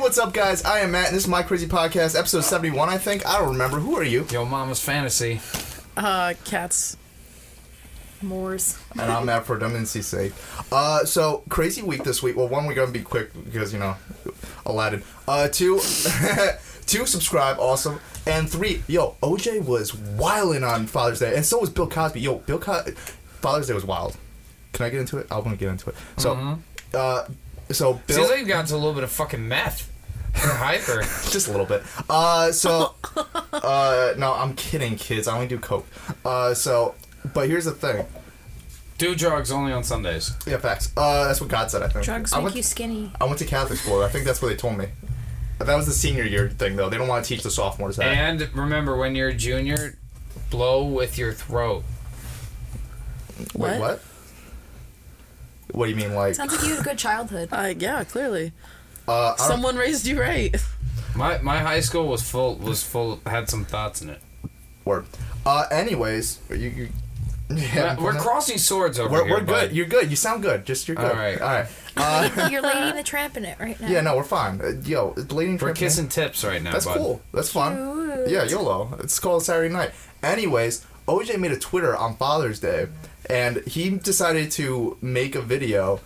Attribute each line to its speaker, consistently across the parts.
Speaker 1: what's up, guys? I am Matt, and this is my crazy podcast, episode seventy-one. I think I don't remember. Who are you?
Speaker 2: Yo, mama's fantasy.
Speaker 3: Uh, cats. Moors.
Speaker 1: And I'm Matt for Redundancy's sake. Uh, so crazy week this week. Well, one, we're gonna be quick because you know, Aladdin. Uh, two, two, subscribe, awesome. And three, yo, OJ was wilding on Father's Day, and so was Bill Cosby. Yo, Bill Cosby, Father's Day was wild. Can I get into it? I want to get into it. So, uh, so Bill,
Speaker 2: Seems like you got into a little bit of fucking meth. You're hyper.
Speaker 1: just a little bit. Uh, so, uh, no, I'm kidding, kids. I only do coke. Uh, so, but here's the thing.
Speaker 2: Do drugs only on Sundays.
Speaker 1: Yeah, facts. Uh, that's what God said. I think.
Speaker 4: Drugs
Speaker 1: I
Speaker 4: make
Speaker 1: went,
Speaker 4: you skinny.
Speaker 1: I went to Catholic school. I think that's what they told me. That was the senior year thing, though. They don't want to teach the sophomores that.
Speaker 2: And remember, when you're a junior, blow with your throat.
Speaker 1: Wait,
Speaker 3: What?
Speaker 1: what? What do you mean, like?
Speaker 4: Sounds like you had a good childhood.
Speaker 3: Uh, yeah, clearly.
Speaker 1: Uh, I don't-
Speaker 3: Someone raised you right.
Speaker 2: My my high school was full was full had some thoughts in it.
Speaker 1: word. Uh, anyways, you. you yeah,
Speaker 2: Matt, we're crossing swords over
Speaker 1: We're,
Speaker 2: here.
Speaker 1: we're good.
Speaker 2: bud.
Speaker 1: You're good. You sound good. Just you're good.
Speaker 2: All right.
Speaker 1: All right.
Speaker 4: You're Lady in the Tramp in it right now.
Speaker 1: Yeah. No, we're fine. Uh, yo, lady.
Speaker 2: We're kissing tips right now.
Speaker 1: That's
Speaker 2: bud.
Speaker 1: cool. That's fun. Yeah, YOLO. It's called Saturday Night. Anyways, OJ made a Twitter on Father's Day, and he decided to make a video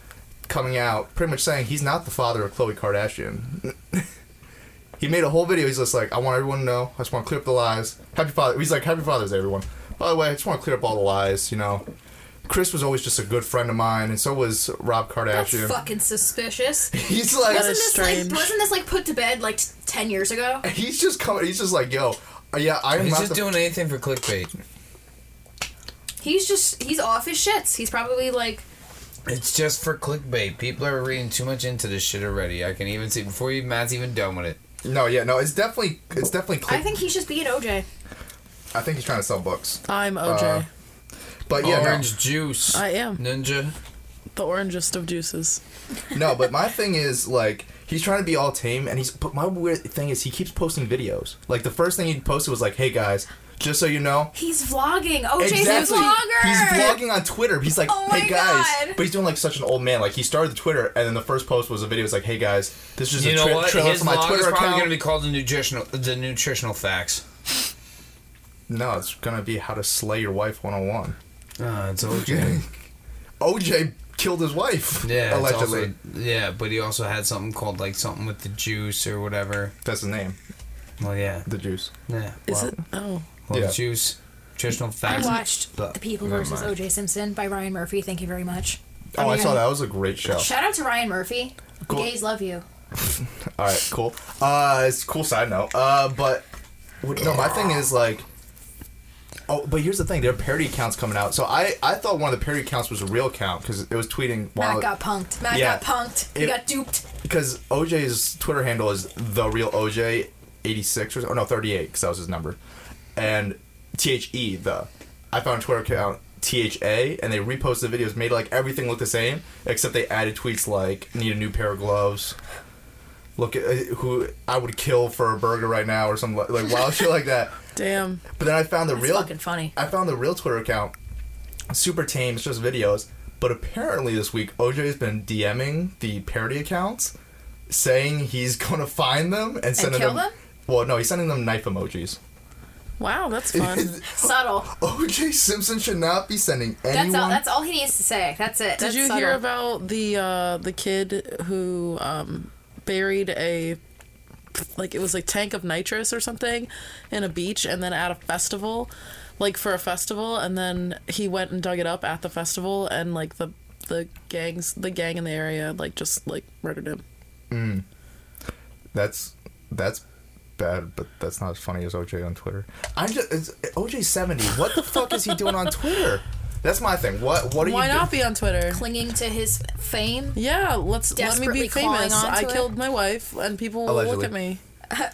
Speaker 1: coming out pretty much saying he's not the father of Khloe Kardashian. he made a whole video. He's just like, I want everyone to know. I just want to clear up the lies. Happy Father. He's like, Happy Father's Day, everyone. By the way, I just want to clear up all the lies. You know, Chris was always just a good friend of mine, and so was Rob
Speaker 4: That's
Speaker 1: Kardashian.
Speaker 4: fucking suspicious.
Speaker 1: he's like,
Speaker 4: Wasn't this
Speaker 3: strange.
Speaker 4: like wasn't this like put to bed like t- ten years ago?
Speaker 1: he's just coming. He's just like, yo. uh, Yeah, I'm
Speaker 5: He's
Speaker 1: not
Speaker 5: just
Speaker 1: the
Speaker 5: doing anything for clickbait.
Speaker 4: He's just he's off his shits. He's probably like
Speaker 5: It's just for clickbait. People are reading too much into this shit already. I can even see before you, Matt's even done with it.
Speaker 1: No, yeah, no, it's definitely it's definitely. Click-
Speaker 4: I think he's just being OJ.
Speaker 1: I think he's trying to sell books,
Speaker 3: I'm
Speaker 1: Uh,
Speaker 3: OJ.
Speaker 1: but yeah,
Speaker 5: Orange juice.
Speaker 3: I am.
Speaker 5: Ninja.
Speaker 3: The orangest of juices.
Speaker 1: no, no. But my thing is like he's trying to be all tame, and he's. But my weird thing is he keeps posting videos. Like the first thing he posted was like, "Hey guys, just so you know."
Speaker 4: He's vlogging. OJ's Oh, a vlogger.
Speaker 1: He's vlogging on Twitter. He's like,
Speaker 4: Oh my
Speaker 1: "Hey guys,"
Speaker 4: God.
Speaker 1: but he's doing like such an old man. Like he started the Twitter, and then the first post was a video. It's like, "Hey guys, this is
Speaker 5: You
Speaker 1: a
Speaker 5: know
Speaker 1: tra-
Speaker 5: what?
Speaker 1: trailer
Speaker 5: His
Speaker 1: for my
Speaker 5: vlog is
Speaker 1: Twitter
Speaker 5: probably
Speaker 1: account."
Speaker 5: going to be called the nutritional, the nutritional facts.
Speaker 1: no, it's gonna be how to slay your wife 101. Ah,
Speaker 5: Uh, it's OJ.
Speaker 1: OJ killed his wife.
Speaker 5: yeah, it's
Speaker 1: allegedly.
Speaker 5: also- yeah, but he also had something called like something with the juice or whatever.
Speaker 1: That's his name.
Speaker 5: Well, yeah,
Speaker 1: The juice.
Speaker 5: yeah.
Speaker 3: Is
Speaker 5: well,
Speaker 3: it? Oh.
Speaker 5: well,
Speaker 1: Yeah.
Speaker 5: juice? Nutritional
Speaker 4: I
Speaker 5: facts.
Speaker 4: watched
Speaker 5: But-
Speaker 4: The People
Speaker 5: never
Speaker 4: versus
Speaker 5: mind.
Speaker 4: OJ Simpson by Ryan Murphy. Thank you very much.
Speaker 1: Oh, I
Speaker 4: mean,
Speaker 1: saw that. That was a great show.
Speaker 4: Shout out to Ryan Murphy.
Speaker 1: Cool.
Speaker 4: Gays love you.
Speaker 1: All right, cool. Uh, it's a cool side note. Uh, but w- no, my thing is like, oh, but here's the thing: there are parody accounts coming out. So I, I thought one of the parody accounts was a real account because it was tweeting
Speaker 4: Matt
Speaker 1: while
Speaker 4: got punked. Matt
Speaker 1: Yeah.
Speaker 4: got punked. He
Speaker 1: It-
Speaker 4: got duped.
Speaker 1: because OJ's Twitter handle is the real OJ eighty six or so- oh, no thirty eight because that was his number, and T H E the. I found a Twitter account T H A and they reposted videos, made like everything look the same except they added tweets like need a new pair of gloves. Look at uh, who I would kill for a burger right now or something like, like wild shit like that.
Speaker 3: Damn.
Speaker 1: But then I found the
Speaker 4: That's
Speaker 1: real
Speaker 4: fucking funny.
Speaker 1: I found the real Twitter account. Super tame, it's just videos. But apparently this week OJ's been DMing the parody accounts saying he's gonna find them and sending
Speaker 4: kill
Speaker 1: them,
Speaker 4: them?
Speaker 1: Well no, he's sending them knife emojis.
Speaker 3: Wow, that's fun.
Speaker 4: Subtle.
Speaker 1: OJ Simpson should not be sending anyone
Speaker 4: That's all. That's all he needs to say. That's it.
Speaker 3: Did you hear about the uh, the kid who um, buried a like it was like tank of nitrous or something in a beach and then at a festival, like for a festival, and then he went and dug it up at the festival and like the the gangs the gang in the area like just like murdered him.
Speaker 1: That's that's bad, but that's not as funny as OJ on Twitter. I'm just it's, OJ seventy. What the fuck is he doing on Twitter? That's my thing. What what are
Speaker 3: Why
Speaker 1: you
Speaker 3: not
Speaker 1: do-
Speaker 3: be on Twitter?
Speaker 4: Clinging to his fame.
Speaker 3: Yeah, let's let me
Speaker 4: Desperately
Speaker 3: be famous.
Speaker 4: clawing
Speaker 3: I
Speaker 4: onto it.
Speaker 3: killed my wife, and people will
Speaker 1: Allegedly.
Speaker 3: look at me.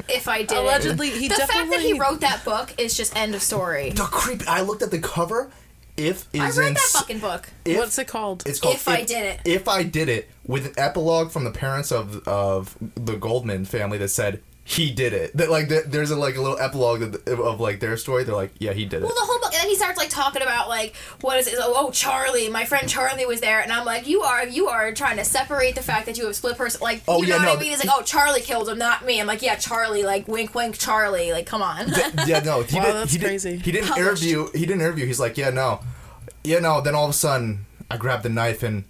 Speaker 4: If I did.
Speaker 3: Allegedly, he
Speaker 4: the fact that he
Speaker 3: definitely-
Speaker 4: wrote that book is just end of story.
Speaker 1: the creep I looked at the cover. If is
Speaker 4: I read
Speaker 1: in
Speaker 4: that fucking book.
Speaker 1: If-
Speaker 3: What's it called?
Speaker 1: It's called
Speaker 4: If I Did It.
Speaker 1: If I did it with an epilogue from the parents of of the Goldman family that said, he did it. That like th- there's a like a little epilogue of, of like their story. They're like, yeah, he did it.
Speaker 4: Well, the whole book, and then he starts like talking about like what is it? Oh, oh, Charlie, my friend Charlie was there, and I'm like, you are you are trying to separate the fact that you have split person. Like,
Speaker 1: Oh,
Speaker 4: you
Speaker 1: yeah,
Speaker 4: know what
Speaker 1: no,
Speaker 4: I mean? He's
Speaker 1: he-
Speaker 4: like, oh, Charlie killed him, not me. I'm like, yeah, Charlie, like wink, wink, Charlie, like come on.
Speaker 1: yeah, no, he did,
Speaker 3: Wow, that's
Speaker 1: he did-
Speaker 3: crazy.
Speaker 1: he didn't
Speaker 4: Published.
Speaker 1: interview. He didn't interview. He's like, yeah, no, yeah, no. Then all of a sudden, I grabbed the knife and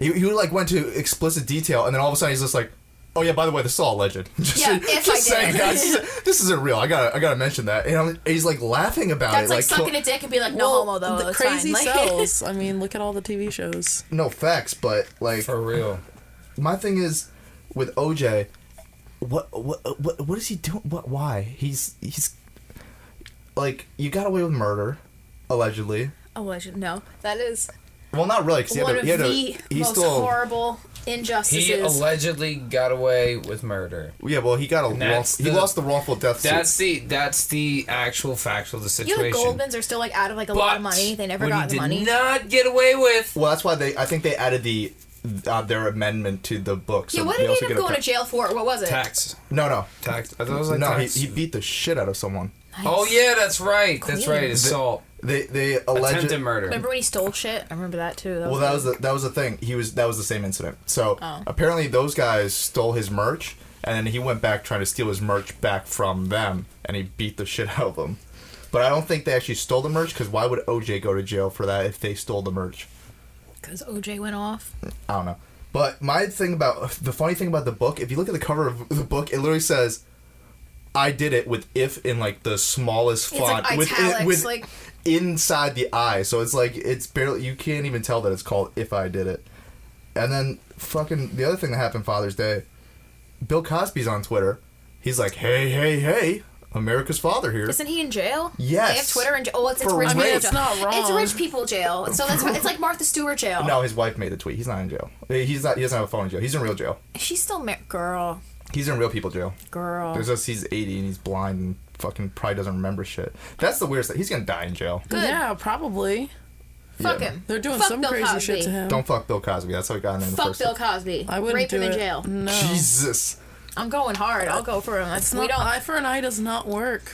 Speaker 1: he, he like went to explicit detail, and then all of a sudden he's just like, oh yeah, by the way, this is all a legend. just
Speaker 4: Yeah, if I
Speaker 1: just
Speaker 4: did.
Speaker 1: saying, guys, this- this isn't real. I gotta, I gotta mention that. And I'm, he's like laughing about
Speaker 4: That's
Speaker 1: it,
Speaker 4: like, sucking
Speaker 1: cool-
Speaker 4: a dick and be like, no homo though.
Speaker 3: The
Speaker 4: it's
Speaker 3: crazy
Speaker 4: fine. Like-
Speaker 3: cells. I mean, look at all the TV shows.
Speaker 1: no facts, but like
Speaker 5: For real.
Speaker 1: my thing is with OJ, what what what, what is he doing? What why he's he's like you got away with murder, allegedly.
Speaker 4: oh, I should no. That is
Speaker 1: Well, not really, because he had
Speaker 4: one
Speaker 1: to.
Speaker 4: of
Speaker 1: He had
Speaker 4: the
Speaker 1: to he's
Speaker 4: most
Speaker 1: still.
Speaker 4: horrible
Speaker 5: He
Speaker 4: injustices.
Speaker 5: allegedly got away with murder.
Speaker 1: yeah, well, he got a. Wrong,
Speaker 5: That's
Speaker 1: he
Speaker 5: the-
Speaker 1: lost the wrongful death suit.
Speaker 5: That's the that's the actual factual the
Speaker 4: you know, the
Speaker 5: situation.
Speaker 4: Goldmans are still like out of like a lot of money. They never
Speaker 5: what
Speaker 4: got
Speaker 5: he
Speaker 4: the money.
Speaker 5: Did not get away with.
Speaker 1: Well, that's why they. I think they added the uh, their amendment to the book. So
Speaker 4: yeah, what
Speaker 1: they
Speaker 4: did he
Speaker 1: also
Speaker 4: end up
Speaker 1: get a
Speaker 4: going to
Speaker 1: pen-
Speaker 4: jail for? What was it?
Speaker 5: Tax,
Speaker 1: No, no,
Speaker 5: tax. I thought it was like
Speaker 1: no. He,
Speaker 5: tax.
Speaker 1: he beat the shit out of someone.
Speaker 5: oh yeah, that's right. That's
Speaker 4: Queen.
Speaker 5: right. Assault,
Speaker 1: They they alleged.
Speaker 5: attempted murder.
Speaker 4: Remember when he stole shit? I remember that too.
Speaker 1: Well, that was the, that was the thing. He was that was the same incident. So
Speaker 4: Oh.
Speaker 1: apparently, those guys stole his merch, and then he went back trying to steal his merch back from them, and he beat the shit out of them. But I don't think they actually stole the merch because why would OJ go to jail for that if they stole the merch?
Speaker 4: because OJ went off.
Speaker 1: I don't know. But my thing about the funny thing about the book, if you look at the cover of the book, it literally says, "I did it" with "if" in like the smallest
Speaker 4: It's like
Speaker 1: font, with,
Speaker 4: italics,
Speaker 1: with
Speaker 4: like-
Speaker 1: inside the eye. So it's like it's barely you can't even tell that it's called "If I Did It." And then fucking the other thing that happened Father's Day, Bill Cosby's on Twitter. He's like, "Hey, hey, hey, America's father here."
Speaker 4: Isn't he in jail?
Speaker 1: Yes.
Speaker 4: They have Twitter and oh, it's, it's
Speaker 1: For rape.
Speaker 4: rich.
Speaker 1: I
Speaker 4: people
Speaker 1: mean,
Speaker 3: it's
Speaker 4: jail.
Speaker 3: not
Speaker 4: It's
Speaker 3: wrong.
Speaker 4: rich people jail. So that's why- it's like Martha Stewart jail.
Speaker 1: No, his wife made the tweet. He's not in jail. He's not. He doesn't have a phone in jail. He's in real jail.
Speaker 4: she's still mar- girl,
Speaker 1: He's in real people jail.
Speaker 4: girl.
Speaker 1: There's just he's 80 and he's blind and fucking probably doesn't remember shit. That's the weirdest thing. He's gonna die in jail.
Speaker 4: Good.
Speaker 3: Yeah, probably.
Speaker 4: Fuck
Speaker 1: Yeah.
Speaker 4: him.
Speaker 3: They're doing
Speaker 4: Fuck
Speaker 3: some
Speaker 4: Bill
Speaker 3: crazy
Speaker 4: Cosby.
Speaker 3: shit to him.
Speaker 1: Don't fuck Bill Cosby. That's how he got in the
Speaker 4: Oh. Fuck
Speaker 1: first.
Speaker 4: Bill Cosby.
Speaker 3: I wouldn't
Speaker 4: Rape
Speaker 3: do
Speaker 4: him in
Speaker 3: it.
Speaker 4: jail.
Speaker 3: No.
Speaker 1: Jesus.
Speaker 4: I'm going hard. I'll go for him. That's,
Speaker 3: It's
Speaker 4: we
Speaker 3: not,
Speaker 4: don't.
Speaker 3: eye for an eye does not work.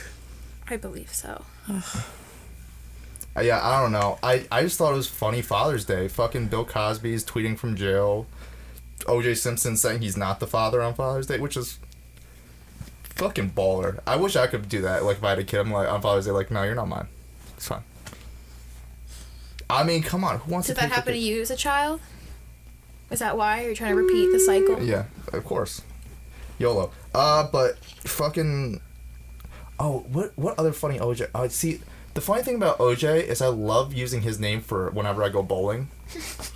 Speaker 4: I believe so.
Speaker 1: Uh, Yeah, I don't know. I I just thought it was funny Father's Day. Fucking Bill Cosby is tweeting from jail. OJ Simpson saying he's not the father on Father's Day, which is fucking baller. I wish I could do that. Like if I had a kid, I'm like on Father's Day, like no, you're not mine. It's fine. I mean, come on. Who wants to
Speaker 4: Did that
Speaker 1: take the
Speaker 4: happen to
Speaker 1: kid-
Speaker 4: you as a child? Is that why you're trying to repeat the cycle?
Speaker 1: Yeah, of course. YOLO. Uh, but fucking. Oh, what what other funny OJ? Oh, see, the funny thing about OJ is I love using his name for whenever I go bowling.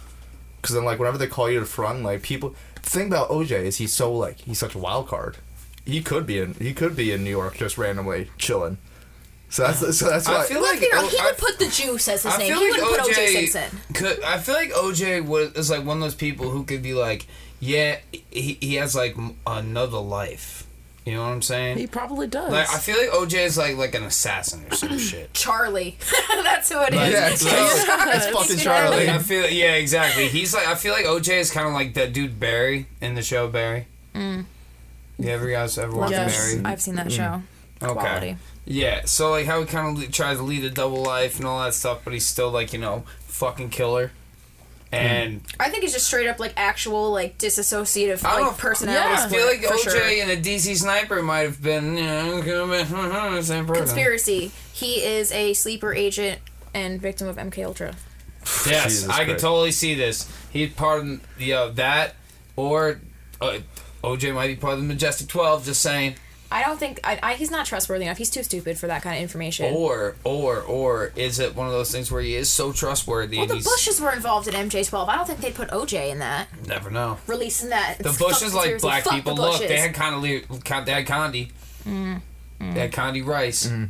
Speaker 1: Because then, like, whenever they call you to the front, like people. The thing about OJ is he's so like he's such a wild card. He could be in he could be in New York just randomly chilling. So that's so that's why.
Speaker 5: I feel
Speaker 4: Look
Speaker 5: like
Speaker 4: here,
Speaker 5: O-
Speaker 4: he
Speaker 5: I-
Speaker 4: would put the Juice as his
Speaker 5: I
Speaker 4: name.
Speaker 5: feel
Speaker 4: He
Speaker 5: like
Speaker 4: wouldn't put OJ
Speaker 5: OJ
Speaker 4: Simpson.
Speaker 5: could. I feel like OJ was is like one of those people who could be like, yeah, he, he has like m- another life. You know what I'm saying?
Speaker 3: He probably does.
Speaker 5: like I feel like OJ is like like an assassin or some shit.
Speaker 4: Charlie. That's who it is.
Speaker 1: yeah, it's, it's, it's fucking Charlie.
Speaker 5: Like I feel, yeah, exactly. He's like, I feel like OJ is kind of like that dude Barry in the show Barry. Mm. You ever guys ever watch
Speaker 3: Yes.
Speaker 5: Barry?
Speaker 4: I've seen that show.
Speaker 5: Mm-hmm. Okay.
Speaker 4: Quality.
Speaker 5: Yeah, so like how he kind of le- tries to lead a double life and all that stuff, but he's still like you know fucking killer. And
Speaker 4: I think it's just straight up like actual like disassociative
Speaker 5: I don't
Speaker 4: like
Speaker 5: know,
Speaker 4: personality.
Speaker 5: I feel like
Speaker 4: for
Speaker 5: OJ
Speaker 4: sure.
Speaker 5: and a DC sniper might have been you know the same person.
Speaker 4: conspiracy. He is a sleeper agent and victim of MK Ultra.
Speaker 5: Yes,
Speaker 1: Jesus
Speaker 5: I could
Speaker 1: Christ.
Speaker 5: totally see this. He's part of the uh, that or uh, OJ might be part of the Majestic Twelve. Just saying.
Speaker 4: I don't think I, I, he's not trustworthy enough. He's too stupid for that kind of information.
Speaker 5: Or or or is it one of those things where he is so trustworthy
Speaker 4: well,
Speaker 5: and
Speaker 4: the
Speaker 5: he's
Speaker 4: Bushes were involved in MJ12. I don't think they'd put OJ in that.
Speaker 5: never know.
Speaker 4: Releasing that.
Speaker 5: The
Speaker 4: It's
Speaker 5: Bushes
Speaker 4: fucking
Speaker 5: like
Speaker 4: conspiracy.
Speaker 5: black
Speaker 4: Fuck
Speaker 5: people.
Speaker 4: the
Speaker 5: Look, they
Speaker 4: Bushes. Mm-hmm.
Speaker 5: had kind of le- they had Condi. They had Condi Rice.
Speaker 1: Mm-hmm.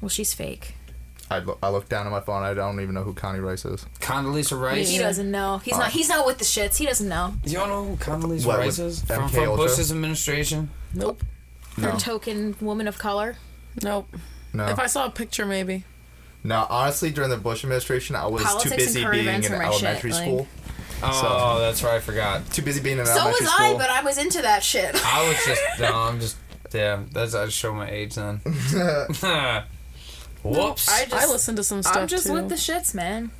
Speaker 4: Well, she's fake.
Speaker 1: I, lo- I look down at my phone. I don't even know who Connie Rice is.
Speaker 5: Condoleezza Rice.
Speaker 4: He
Speaker 3: Yeah.
Speaker 4: doesn't know. He's not. He's not with the shits. He doesn't know.
Speaker 5: Do y'all know who Condoleezza
Speaker 1: What,
Speaker 5: Rice
Speaker 1: with
Speaker 5: is? From,
Speaker 1: MK
Speaker 5: from
Speaker 1: Ultra?
Speaker 5: Bush's administration.
Speaker 3: nope.
Speaker 4: Her token woman of color.
Speaker 3: Nope.
Speaker 1: No.
Speaker 3: If I saw a picture, maybe.
Speaker 1: Now, honestly, during the Bush administration, I was
Speaker 4: Politics
Speaker 1: too
Speaker 4: and
Speaker 1: busy
Speaker 4: current
Speaker 1: being
Speaker 4: events
Speaker 1: in
Speaker 4: were my shit,
Speaker 1: elementary
Speaker 4: like-
Speaker 1: school.
Speaker 5: Oh, that's right. I forgot.
Speaker 1: Too busy being in
Speaker 4: So
Speaker 1: elementary
Speaker 4: was
Speaker 1: school.
Speaker 4: I, but I was into that shit.
Speaker 5: I was just no. I'm just yeah. That's I show my age then. Whoops.
Speaker 4: I just,
Speaker 3: I listened to some stuff
Speaker 4: am just
Speaker 3: too.
Speaker 4: with the shits, man.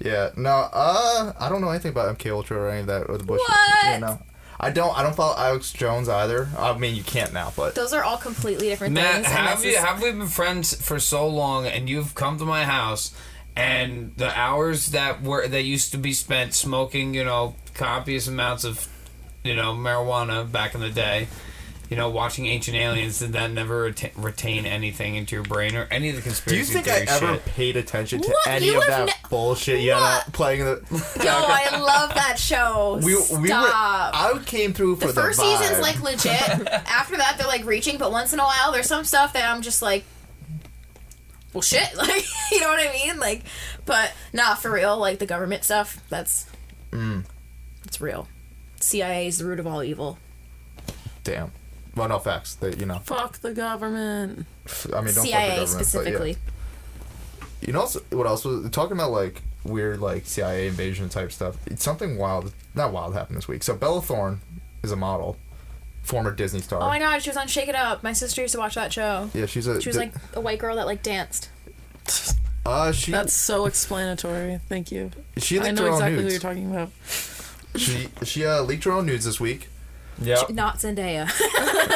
Speaker 1: Yeah, no, uh, I don't know anything about MK Ultra or any of that or the Bush.
Speaker 4: What?
Speaker 1: Yeah, no. I don't. I don't follow Alex Jones either. I mean, you can't now, but
Speaker 4: Those are all completely different
Speaker 5: Matt,
Speaker 4: things. and
Speaker 5: have
Speaker 4: this
Speaker 5: you
Speaker 4: is-
Speaker 5: have we been friends for so long, and you've come to my house, and the hours that were that used to be spent smoking, you know, copious amounts of, you know, marijuana back in the day, you know, watching Ancient Aliens, did that never reta- retain anything into your brain or any of the
Speaker 1: do
Speaker 5: conspiracy
Speaker 1: you think I
Speaker 5: theory
Speaker 1: ever
Speaker 5: shit?
Speaker 1: paid attention to
Speaker 4: What?
Speaker 1: any
Speaker 4: You
Speaker 1: of that
Speaker 4: have
Speaker 1: bullshit? You know,
Speaker 4: What?
Speaker 1: playing in the.
Speaker 4: Yo, I love that show.
Speaker 1: We,
Speaker 4: Stop.
Speaker 1: we were. I came through for
Speaker 4: the
Speaker 1: the,
Speaker 4: first
Speaker 1: vibe.
Speaker 4: season's like legit. After that, they're like reaching, but once in a while, there's some stuff that I'm just like, well, shit. Like, you know what I mean? Like, but nah, for real. Like the government stuff. That's Mm. it's real. CIA is the root of all evil.
Speaker 1: Damn. Well, no facts. That you know.
Speaker 3: Fuck the government.
Speaker 1: I mean, don't fuck
Speaker 4: CIA
Speaker 1: the government, but yeah.
Speaker 4: specifically.
Speaker 1: You know also, what else was talking about like weird like CIA invasion type stuff. It's something wild, not wild happened this week. So Bella Thorne is a model, former Disney star.
Speaker 4: Oh my god, she was on Shake It Up. My sister used to watch that show.
Speaker 1: Yeah, she's a.
Speaker 4: She was
Speaker 1: di-
Speaker 4: like a white girl that like danced.
Speaker 1: uh, she
Speaker 3: That's so explanatory. Thank you.
Speaker 1: she
Speaker 3: I
Speaker 1: leaked
Speaker 3: know
Speaker 1: her own
Speaker 3: exactly who
Speaker 1: nudes.
Speaker 3: you're talking about.
Speaker 1: she she uh, leaked her own nudes this week.
Speaker 5: Yeah.
Speaker 4: Not Zendaya.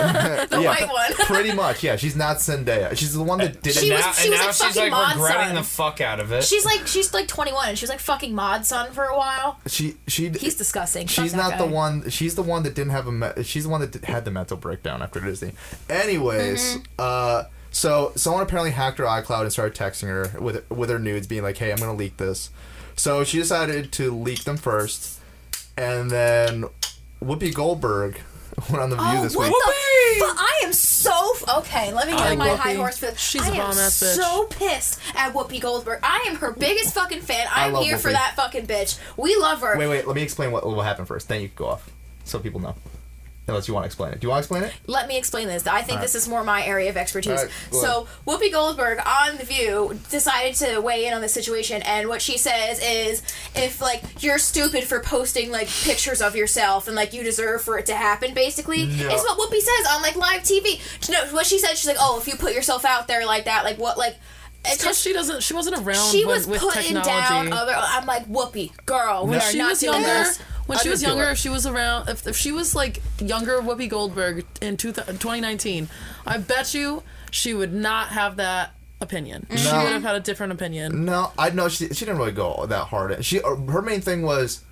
Speaker 1: The
Speaker 4: white one.
Speaker 1: pretty much, yeah. She's not Zendaya. She's the one that did
Speaker 4: She
Speaker 1: it.
Speaker 5: and
Speaker 4: was-
Speaker 5: now,
Speaker 4: she
Speaker 5: and
Speaker 4: was
Speaker 5: now
Speaker 4: like
Speaker 5: she's
Speaker 4: fucking
Speaker 5: like
Speaker 4: Mod
Speaker 5: regretting
Speaker 4: Sun.
Speaker 5: the fuck out of it.
Speaker 4: she's like she's like 21 and she was like fucking mod son for a while.
Speaker 1: She she.
Speaker 4: He's disgusting. Fuck
Speaker 1: She's
Speaker 4: that
Speaker 1: not the
Speaker 4: guy.
Speaker 1: one. She's the one that didn't have a. Me- she's the one that d- had the mental breakdown after Disney. Anyways,
Speaker 4: Mm-hmm.
Speaker 1: uh, so someone apparently hacked her iCloud and started texting her with with her nudes, being like, "Hey, I'm gonna leak this." So she decided to leak them first, and then Whoopi Goldberg went on the View
Speaker 4: Oh,
Speaker 1: this
Speaker 4: what
Speaker 1: week.
Speaker 4: the fuck? I am so f- okay. Let me get
Speaker 3: I
Speaker 4: on my
Speaker 3: love
Speaker 4: high
Speaker 3: Whoopi.
Speaker 4: horse for this.
Speaker 3: She's
Speaker 4: I
Speaker 3: a
Speaker 4: am
Speaker 3: bomb-ass bitch.
Speaker 4: so pissed at Whoopi Goldberg. I am her biggest fucking fan.
Speaker 1: I
Speaker 4: I'm
Speaker 1: love
Speaker 4: here for
Speaker 1: Whoopi.
Speaker 4: that fucking bitch. We love her.
Speaker 1: Wait, wait. Let me explain what what happened first. Then you can go off, so people know. Unless you want to explain it. Do you want to explain it?
Speaker 4: Let me explain this. I think
Speaker 1: Alright.
Speaker 4: this is more my area of expertise.
Speaker 1: Alright, go
Speaker 4: so Whoopi Goldberg on The View decided to weigh in on the situation, and what she says is, if like you're stupid for posting like pictures of yourself and like you deserve for it to happen, basically,
Speaker 1: No.
Speaker 4: it's what Whoopi says on like live TV. No, what she said, she's like, oh, if you put yourself out there like that, like what, like it's
Speaker 3: Because
Speaker 4: just.
Speaker 3: she doesn't. She wasn't around.
Speaker 4: She
Speaker 3: when-
Speaker 4: was
Speaker 3: with
Speaker 4: putting
Speaker 3: technology.
Speaker 4: down other. I'm like Whoopi, girl. We
Speaker 3: when
Speaker 4: are
Speaker 3: she
Speaker 4: not
Speaker 3: was
Speaker 4: doing
Speaker 3: younger,
Speaker 4: this.
Speaker 3: when
Speaker 1: I
Speaker 3: she was
Speaker 1: didn't do
Speaker 3: younger,
Speaker 1: it.
Speaker 3: if she was around, if, if she was like younger Whoopi Goldberg in two, 2019, I bet you she would not have that opinion. She
Speaker 1: Mm. No.
Speaker 3: would have had a different opinion.
Speaker 1: No, I know she she didn't really go that hard. She uh, her main thing was,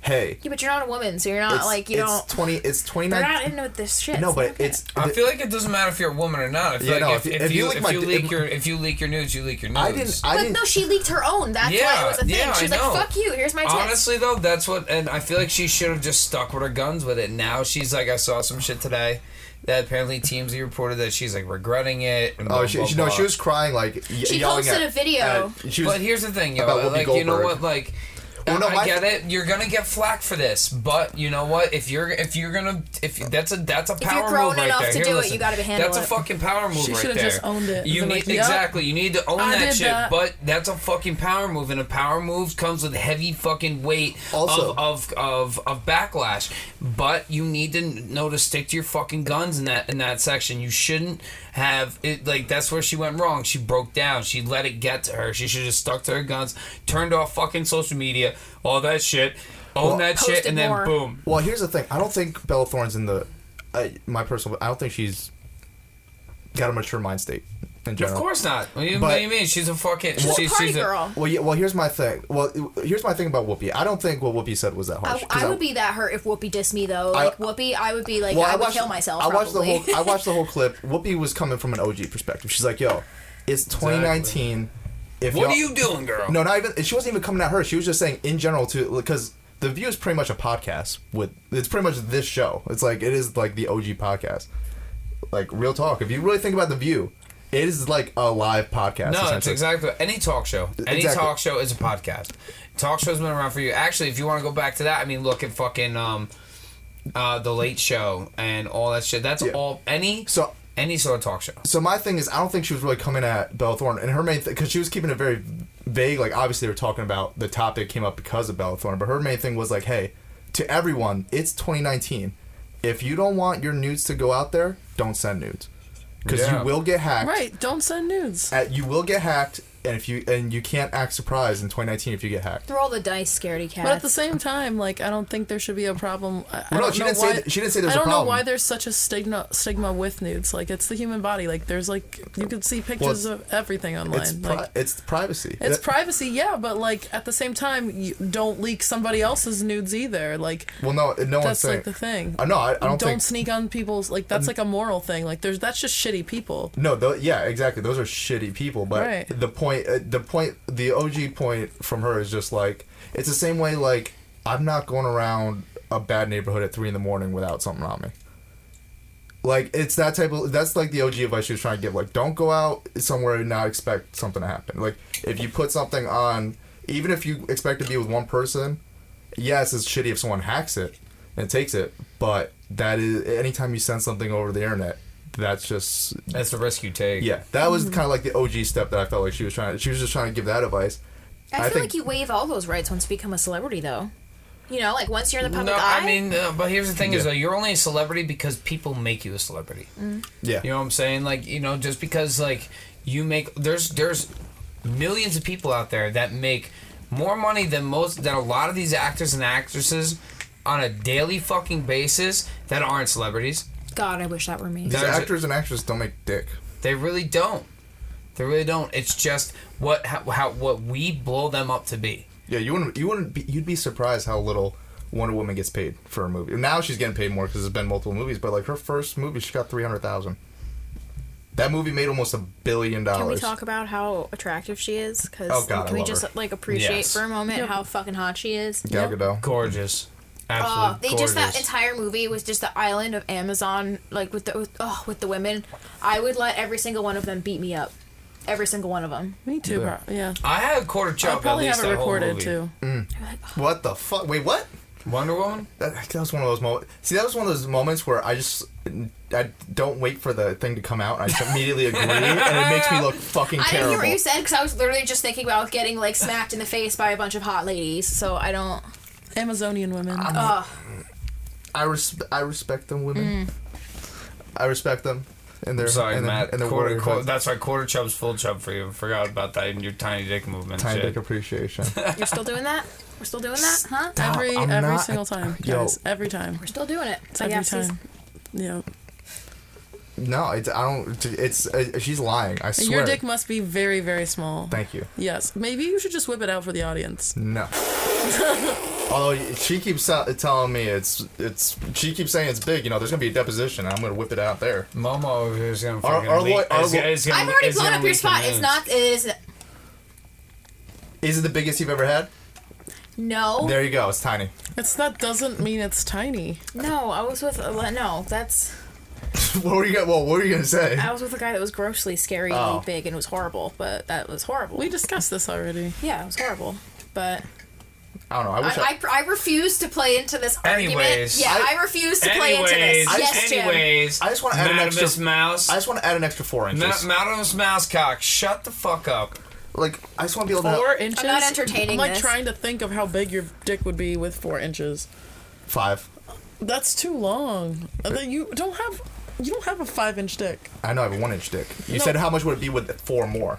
Speaker 1: "Hey,
Speaker 4: Yeah, but you're not a woman, so you're not
Speaker 1: it's,
Speaker 4: like you
Speaker 1: it's
Speaker 4: don't.
Speaker 1: twenty. It's twenty
Speaker 4: You're
Speaker 1: nine.
Speaker 4: not into this shit.
Speaker 1: No,
Speaker 4: not
Speaker 1: but
Speaker 4: okay.
Speaker 1: it's.
Speaker 5: I feel like it doesn't matter if you're a woman or not. I feel
Speaker 1: Yeah,
Speaker 5: like
Speaker 1: no,
Speaker 5: if,
Speaker 1: if-
Speaker 5: if,
Speaker 1: if you
Speaker 5: you
Speaker 1: leak
Speaker 5: if
Speaker 1: my
Speaker 5: you
Speaker 1: d-
Speaker 5: leak
Speaker 1: if-
Speaker 5: your if you leak your nudes, you leak your nudes.
Speaker 1: I didn't. I
Speaker 4: But
Speaker 1: didn't.
Speaker 4: no, she leaked her own. That's why
Speaker 5: Yeah,
Speaker 4: it was a thing.
Speaker 5: yeah,
Speaker 4: she was
Speaker 5: I
Speaker 4: like,
Speaker 5: know.
Speaker 4: "Fuck you. Here's my tits."
Speaker 5: Honestly, though, that's what, and I feel like she should have just stuck with her guns with it. Now she's like, I saw some shit today that apparently TMZ reported that she's like regretting it. And
Speaker 1: oh,
Speaker 5: blah,
Speaker 1: she,
Speaker 5: blah,
Speaker 1: she, no,
Speaker 5: blah.
Speaker 1: she was crying like. Y-
Speaker 4: She
Speaker 1: yelling
Speaker 4: posted
Speaker 1: at-
Speaker 4: a video.
Speaker 1: at- she was,
Speaker 5: But here's the thing, yo.
Speaker 1: about Whoopi
Speaker 5: Like, you know
Speaker 1: Goldberg.
Speaker 5: what? Like,
Speaker 1: Well, no,
Speaker 5: I
Speaker 1: my-
Speaker 5: get it. You're gonna get flack for this, but you know what? If you're if you're gonna if that's a that's a
Speaker 4: you're
Speaker 5: power
Speaker 4: grown
Speaker 5: move right
Speaker 4: enough
Speaker 5: there.
Speaker 4: to
Speaker 5: Here,
Speaker 4: do it,
Speaker 5: listen.
Speaker 4: you gotta handle
Speaker 5: That's
Speaker 4: it.
Speaker 5: a fucking power move
Speaker 3: She
Speaker 5: right
Speaker 3: should've
Speaker 5: there.
Speaker 3: just owned it.
Speaker 5: You
Speaker 3: Been
Speaker 5: need
Speaker 3: like, "Yep,
Speaker 5: exactly. You need to own
Speaker 3: I
Speaker 5: that
Speaker 3: did
Speaker 5: shit.
Speaker 3: that."
Speaker 5: But that's a fucking power move, and a power move comes with heavy fucking weight
Speaker 1: Also-
Speaker 5: of, of of of backlash. But you need to know to stick to your fucking guns in that in that section. You shouldn't have it. Like that's where she went wrong. She broke down. She let it get to her. She should have stuck to her guns. Turned off fucking social media. All that shit. Own
Speaker 1: Well-
Speaker 5: that shit,
Speaker 4: Posted
Speaker 5: and then
Speaker 4: more.
Speaker 5: boom.
Speaker 1: well, here's the thing. I don't think Bella Thorne's in the. I my personal. I don't think she's got a mature mind state in
Speaker 5: Of
Speaker 1: general.
Speaker 5: course not. What do you,
Speaker 1: But-
Speaker 5: what do you mean? She's a fucking.
Speaker 4: she's
Speaker 5: she's-
Speaker 4: a party
Speaker 5: she's
Speaker 4: girl.
Speaker 1: Well, yeah. Well, here's my thing. Well, here's my thing about Whoopi. I don't think what Whoopi said was that harsh.
Speaker 4: I,
Speaker 1: 'cause
Speaker 4: I would be that hurt if Whoopi dissed me though.
Speaker 1: I-
Speaker 4: Like Whoopi, I would be like, I, would kill myself.
Speaker 1: I watched
Speaker 4: probably.
Speaker 1: the whole. I watched the whole clip. Whoopi was coming from an OG perspective. She's like, "Yo, it's 2019. If
Speaker 5: What
Speaker 1: y'all-
Speaker 5: are you doing, girl?
Speaker 1: No, not even. She wasn't even coming at her. She was just saying in general to because the view is pretty much a podcast with. It's pretty much this show. It's like it is like the OG podcast. Like real talk. If you really think about the view, it is like a live podcast.
Speaker 5: No, it's
Speaker 1: essentially.
Speaker 5: exactly any talk show. Any
Speaker 1: Exactly.
Speaker 5: talk show is a podcast. Talk show's been around for you. Actually, if you want to go back to that, I mean, look at fucking um, uh, the Late Show and all that shit. That's
Speaker 1: Yeah.
Speaker 5: all any
Speaker 1: So-
Speaker 5: any sort of talk show.
Speaker 1: So my thing is, I don't think she was really coming at Bella Thorne, and her main thing because she was keeping it very vague. Like obviously, they were talking about the topic came up because of Bella Thorne, but her main thing was like, hey, to everyone, it's 2019. If you don't want your nudes to go out there, don't send nudes because
Speaker 5: Yeah.
Speaker 1: you will get hacked.
Speaker 3: Right, don't send nudes.
Speaker 1: Uh, you will get hacked, and if you and you can't act surprised in 2019 if you get hacked.
Speaker 4: Throw all the dice, scaredy cat.
Speaker 3: But at the same time, like I don't think there should be a problem. I, I
Speaker 1: Well, no,
Speaker 3: don't
Speaker 1: she
Speaker 3: know
Speaker 1: didn't say
Speaker 3: why,
Speaker 1: that- she didn't say there was
Speaker 3: I
Speaker 1: a
Speaker 3: don't know
Speaker 1: problem.
Speaker 3: why there's such a stigma stigma with nudes. Like it's the human body. Like there's like you can see pictures of everything online.
Speaker 1: It's pri-
Speaker 3: like
Speaker 1: it's privacy.
Speaker 3: it's
Speaker 1: That-
Speaker 3: privacy, yeah, but like at the same time, you don't leak somebody else's nudes either. Like
Speaker 1: well, no, no one's
Speaker 3: that's
Speaker 1: saying.
Speaker 3: like the thing.
Speaker 1: Uh, no, I, I don't,
Speaker 3: don't
Speaker 1: think.
Speaker 3: sneak on people's like that's like a moral thing. Like there's that's just shitty people.
Speaker 1: No, tho- yeah, exactly. Those are shitty people. But
Speaker 3: Right.
Speaker 1: the point, uh, the point, the OG point from her is just like it's the same way. Like I'm not going around a bad neighborhood at three in the morning without something on me. Like it's that type of that's like the OG advice she was trying to give. Like don't go out somewhere and not expect something to happen. Like if you put something on, even if you expect to be with one person, yes, it's shitty if someone hacks it and takes it. But that is anytime you send something over the internet. That's just
Speaker 5: That's the risk you take.
Speaker 1: yeah, that
Speaker 4: Hmm.
Speaker 1: was kind of like the OG step that I felt like she was trying. she was just trying to give that advice.
Speaker 4: I feel
Speaker 1: I think-
Speaker 4: like you waive all those rights once you become a celebrity, though. You know, like once you're in the
Speaker 5: No,
Speaker 4: public eye.
Speaker 5: I mean, uh, but here's the thing: is
Speaker 1: Yeah.
Speaker 5: though you're only a celebrity because people make you a celebrity.
Speaker 1: Yeah,
Speaker 5: You know what I'm saying? Like, you know, just because like you make there's there's millions of people out there that make more money than most than a lot of these actors and actresses on a daily fucking basis that aren't celebrities.
Speaker 4: God, I wish that were me.
Speaker 1: these
Speaker 5: there's a-
Speaker 1: actors and actresses don't make dick.
Speaker 5: They really don't. They really don't. It's just what how, how what we blow them up to be.
Speaker 1: Yeah, you wouldn't. You wouldn't. Be, you'd be surprised how little Wonder Woman gets paid for a movie. Now she's getting paid more because there's been multiple movies. But like her first movie, she got three hundred thousand. That movie made almost a billion dollars.
Speaker 4: Can we talk about how attractive she is? Because
Speaker 1: Oh, God, I
Speaker 4: can we
Speaker 1: love
Speaker 4: just
Speaker 1: her.
Speaker 4: like appreciate
Speaker 5: Yes.
Speaker 4: for a moment how fucking hot she is?
Speaker 1: Gal
Speaker 3: Yep.
Speaker 1: Gadot.
Speaker 5: Gorgeous.
Speaker 4: Oh, they
Speaker 5: Absolutely
Speaker 4: just
Speaker 5: gorgeous.
Speaker 4: that entire movie was just the island of Amazon, like with the with, oh, with the women. I would let every single one of them beat me up, every single one of them.
Speaker 3: Me too,
Speaker 1: Yeah.
Speaker 3: yeah. Bro. yeah.
Speaker 5: I had a quarter
Speaker 3: I'll
Speaker 5: chop.
Speaker 3: probably
Speaker 5: at least
Speaker 3: have it
Speaker 5: that whole
Speaker 3: recorded
Speaker 5: movie.
Speaker 3: too.
Speaker 1: What the fuck? Wait, what?
Speaker 5: Wonder Woman.
Speaker 1: That, that was one of those moments. See, that was one of those moments where I just I don't wait for the thing to come out. I just immediately agree, and it makes me look fucking
Speaker 4: I didn't
Speaker 1: terrible.
Speaker 4: hear what you said because I was literally just thinking about getting like smacked in the face by a bunch of hot ladies. So I don't. oh,
Speaker 3: Amazonian women. Uh,
Speaker 4: Ugh.
Speaker 1: I res- I respect them women. I respect them. And their
Speaker 5: Sorry,
Speaker 1: and their-
Speaker 5: Matt.
Speaker 1: and their
Speaker 5: quarter,
Speaker 1: warrior
Speaker 5: quarter,
Speaker 1: hearts.
Speaker 5: that's right. Quarter chub's full chub for you. Forgot about that in your tiny dick movement.
Speaker 1: Tiny
Speaker 5: shit.
Speaker 1: dick appreciation.
Speaker 4: You're still doing that? We're still doing that? Huh?
Speaker 3: every
Speaker 1: I'm
Speaker 3: every
Speaker 1: not-
Speaker 3: single time,
Speaker 1: Yo.
Speaker 3: guys. Every time.
Speaker 4: We're still doing it.
Speaker 3: It's
Speaker 4: Like,
Speaker 3: every
Speaker 4: yeah, she's-
Speaker 3: time. Yeah.
Speaker 1: no, it's, I don't. It's uh, she's lying. I swear.
Speaker 3: Your dick must be very very small.
Speaker 1: Thank you.
Speaker 3: Yes. Maybe you should just whip it out for the audience.
Speaker 1: No. Although she keeps tell- telling me it's it's she keeps saying it's big. You know, there's gonna be a deposition. and I'm gonna whip it out there.
Speaker 5: Momo over here is gonna
Speaker 1: Our-
Speaker 5: fucking
Speaker 1: our
Speaker 5: leak-
Speaker 1: lo- our
Speaker 5: is-
Speaker 1: lo-
Speaker 5: is gonna-
Speaker 4: I've already
Speaker 5: is
Speaker 4: blown
Speaker 5: gonna
Speaker 4: up your
Speaker 5: leak the
Speaker 4: spot. It's
Speaker 5: news.
Speaker 4: not. It is
Speaker 1: Is it the biggest you've ever had?
Speaker 4: no,
Speaker 1: There you go. It's tiny.
Speaker 3: It's that doesn't mean it's tiny.
Speaker 4: no. I was with a- no. That's
Speaker 1: what were you gonna? Well, what were you gonna say?
Speaker 4: I was with a guy that was grossly scary
Speaker 1: Oh.
Speaker 4: big and was horrible. But that was horrible.
Speaker 3: We discussed this already.
Speaker 4: yeah, it was horrible. But
Speaker 1: I don't know. I wish I.
Speaker 4: I, I, I refuse to play into this
Speaker 5: Anyways.
Speaker 4: argument. Yeah,
Speaker 1: I-
Speaker 4: I, refuse to play into
Speaker 5: Anyways,
Speaker 4: this. yes, Jim.
Speaker 5: anyways,
Speaker 1: I just wanna add an
Speaker 5: Madamus
Speaker 1: extra-
Speaker 5: Mouse.
Speaker 1: I just want to add an extra four
Speaker 5: Ma-
Speaker 1: inches.
Speaker 5: Madamus Mousecock, shut the fuck up.
Speaker 1: like I just want to be able to.
Speaker 3: Four inches.
Speaker 4: not entertaining
Speaker 3: I'm like
Speaker 4: this.
Speaker 3: trying to think of how big your dick would be with four inches.
Speaker 1: Five.
Speaker 3: That's too long. Uh, that You don't have you don't have a five inch dick.
Speaker 1: I know I have a one inch dick. You
Speaker 3: No.
Speaker 1: said how much would it be with four more?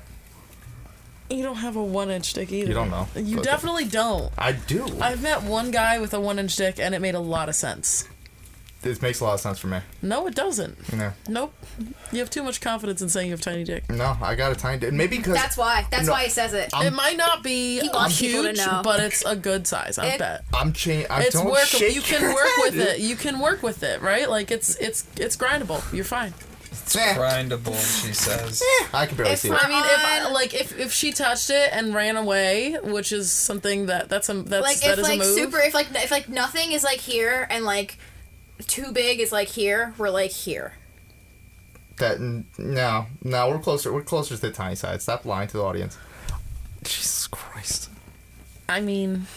Speaker 3: You don't have a one inch dick either.
Speaker 1: You don't know.
Speaker 3: You
Speaker 1: But-
Speaker 3: definitely don't.
Speaker 1: I do.
Speaker 3: I've met one guy with a one inch dick and it made a lot of sense.
Speaker 1: this makes a lot of sense for me.
Speaker 3: No, it doesn't.
Speaker 1: Yeah.
Speaker 3: Nope. You have too much confidence in saying you have tiny dick.
Speaker 1: No, I got a tiny dick. Maybe because
Speaker 4: That's why. That's
Speaker 1: No.
Speaker 4: why he says it.
Speaker 3: it might not be
Speaker 4: He wants people to
Speaker 3: huge,
Speaker 4: know.
Speaker 3: but it's a good size. I
Speaker 4: It-
Speaker 3: bet.
Speaker 1: I'm changing. I
Speaker 3: It's
Speaker 1: don't
Speaker 3: workable.
Speaker 1: shake
Speaker 3: You can
Speaker 1: your
Speaker 3: work
Speaker 1: head.
Speaker 3: with it. You can work with it, right? Like it's it's it's grindable. You're fine.
Speaker 1: Eh,
Speaker 5: Grindable, she says.
Speaker 1: I can barely
Speaker 4: If
Speaker 1: see
Speaker 4: my-
Speaker 1: it.
Speaker 3: I mean, if I-
Speaker 4: On-
Speaker 3: like if if she touched it and ran away, which is something that that's a that's
Speaker 4: like
Speaker 3: that
Speaker 4: if
Speaker 3: is
Speaker 4: like
Speaker 3: a move.
Speaker 4: super if like if like nothing is like here and like too big is like here, we're like here.
Speaker 1: That n- no, no, we're closer. We're closer to the tiny side. Stop lying to the audience. Jesus Christ.
Speaker 3: I mean,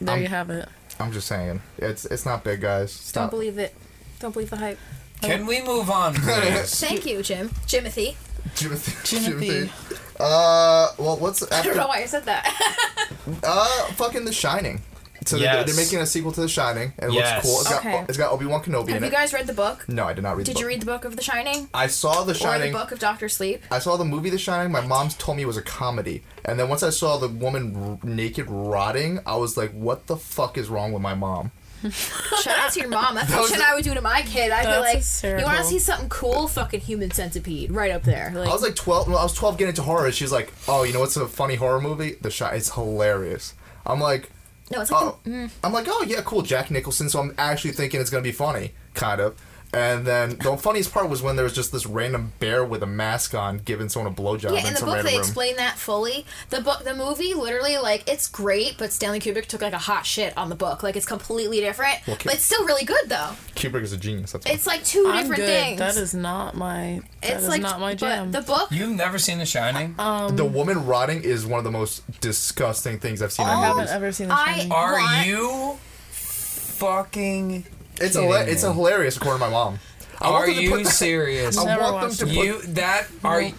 Speaker 3: there
Speaker 1: I'm-
Speaker 3: you have it.
Speaker 1: I'm just saying, it's it's not big, guys. Stop.
Speaker 4: Don't believe it. Don't believe the hype.
Speaker 5: Can we move on, please?
Speaker 4: Thank you, Jim. Jimothy.
Speaker 1: Jimothy.
Speaker 3: Jimothy.
Speaker 1: Jimothy. Uh, well, what's
Speaker 4: I don't
Speaker 1: after?
Speaker 4: know why I said that.
Speaker 1: Uh, fucking The Shining. So they're,
Speaker 5: Yes.
Speaker 1: they're making a sequel to The Shining, and it
Speaker 5: Yes.
Speaker 1: looks cool. It's got,
Speaker 4: Okay.
Speaker 1: it's got Obi Wan Kenobi
Speaker 4: Have
Speaker 1: in
Speaker 4: you
Speaker 1: it.
Speaker 4: guys read the book?
Speaker 1: no, I did not read. the
Speaker 4: Did
Speaker 1: book.
Speaker 4: you read the book of The Shining?
Speaker 1: I saw The
Speaker 4: Or the
Speaker 1: Shining.
Speaker 4: book of Doctor Sleep?
Speaker 1: I saw the movie The Shining. My mom told me it was a comedy, and then once I saw the woman r- naked rotting, I was like, "What the fuck is wrong with my mom?"
Speaker 4: Shout out to your mom. That's
Speaker 1: That
Speaker 4: the
Speaker 1: was
Speaker 4: shit
Speaker 1: a-
Speaker 4: I would do to my kid. I'd
Speaker 3: That's
Speaker 4: be like,
Speaker 3: hysterical. Oh,
Speaker 4: you want to see something cool? Fucking human centipede, right up there. Like,
Speaker 1: I was like twelve. Well, I was twelve getting into horror. And she's like, "Oh, you know what's a funny horror movie? The Shining. It's hilarious." I'm like,
Speaker 4: no, it's like,
Speaker 1: "Oh, I'm like, oh yeah, cool, Jack Nicholson." So I'm actually thinking it's gonna be funny, kind of. And then the funniest part was when there was just this random bear with a mask on giving someone a blowjob
Speaker 4: the,
Speaker 1: in,
Speaker 4: yeah. In the
Speaker 1: some
Speaker 4: book,
Speaker 1: random
Speaker 4: they
Speaker 1: room.
Speaker 4: explain that fully. The book, the movie, literally, like, it's great, but Stanley Kubrick took like a hot shit on the book. Like, it's completely different,
Speaker 1: Well, Kub-
Speaker 4: but it's still really good though.
Speaker 1: Kubrick is a genius. That's why.
Speaker 4: It's like two
Speaker 3: I'm
Speaker 4: different
Speaker 3: good.
Speaker 4: things.
Speaker 3: That is not my. That
Speaker 4: it's
Speaker 3: is
Speaker 4: like
Speaker 3: not my
Speaker 4: but
Speaker 3: jam.
Speaker 4: the book.
Speaker 5: You've never seen The Shining?
Speaker 4: Um,
Speaker 3: Um,
Speaker 1: the woman rotting is one of the most disgusting things I've seen
Speaker 3: I
Speaker 1: in
Speaker 3: Oh, haven't
Speaker 1: movies.
Speaker 3: ever seen the
Speaker 4: I-
Speaker 3: Shining.
Speaker 5: Are
Speaker 4: What?
Speaker 5: you fucking?
Speaker 1: It's a
Speaker 5: kidding me?
Speaker 1: it's a hilarious according to my mom. I want
Speaker 5: Are
Speaker 1: them to
Speaker 5: you
Speaker 1: put that-
Speaker 5: serious?
Speaker 1: I
Speaker 3: Never
Speaker 1: want
Speaker 3: watched
Speaker 1: them to put
Speaker 5: You that are
Speaker 3: Nope.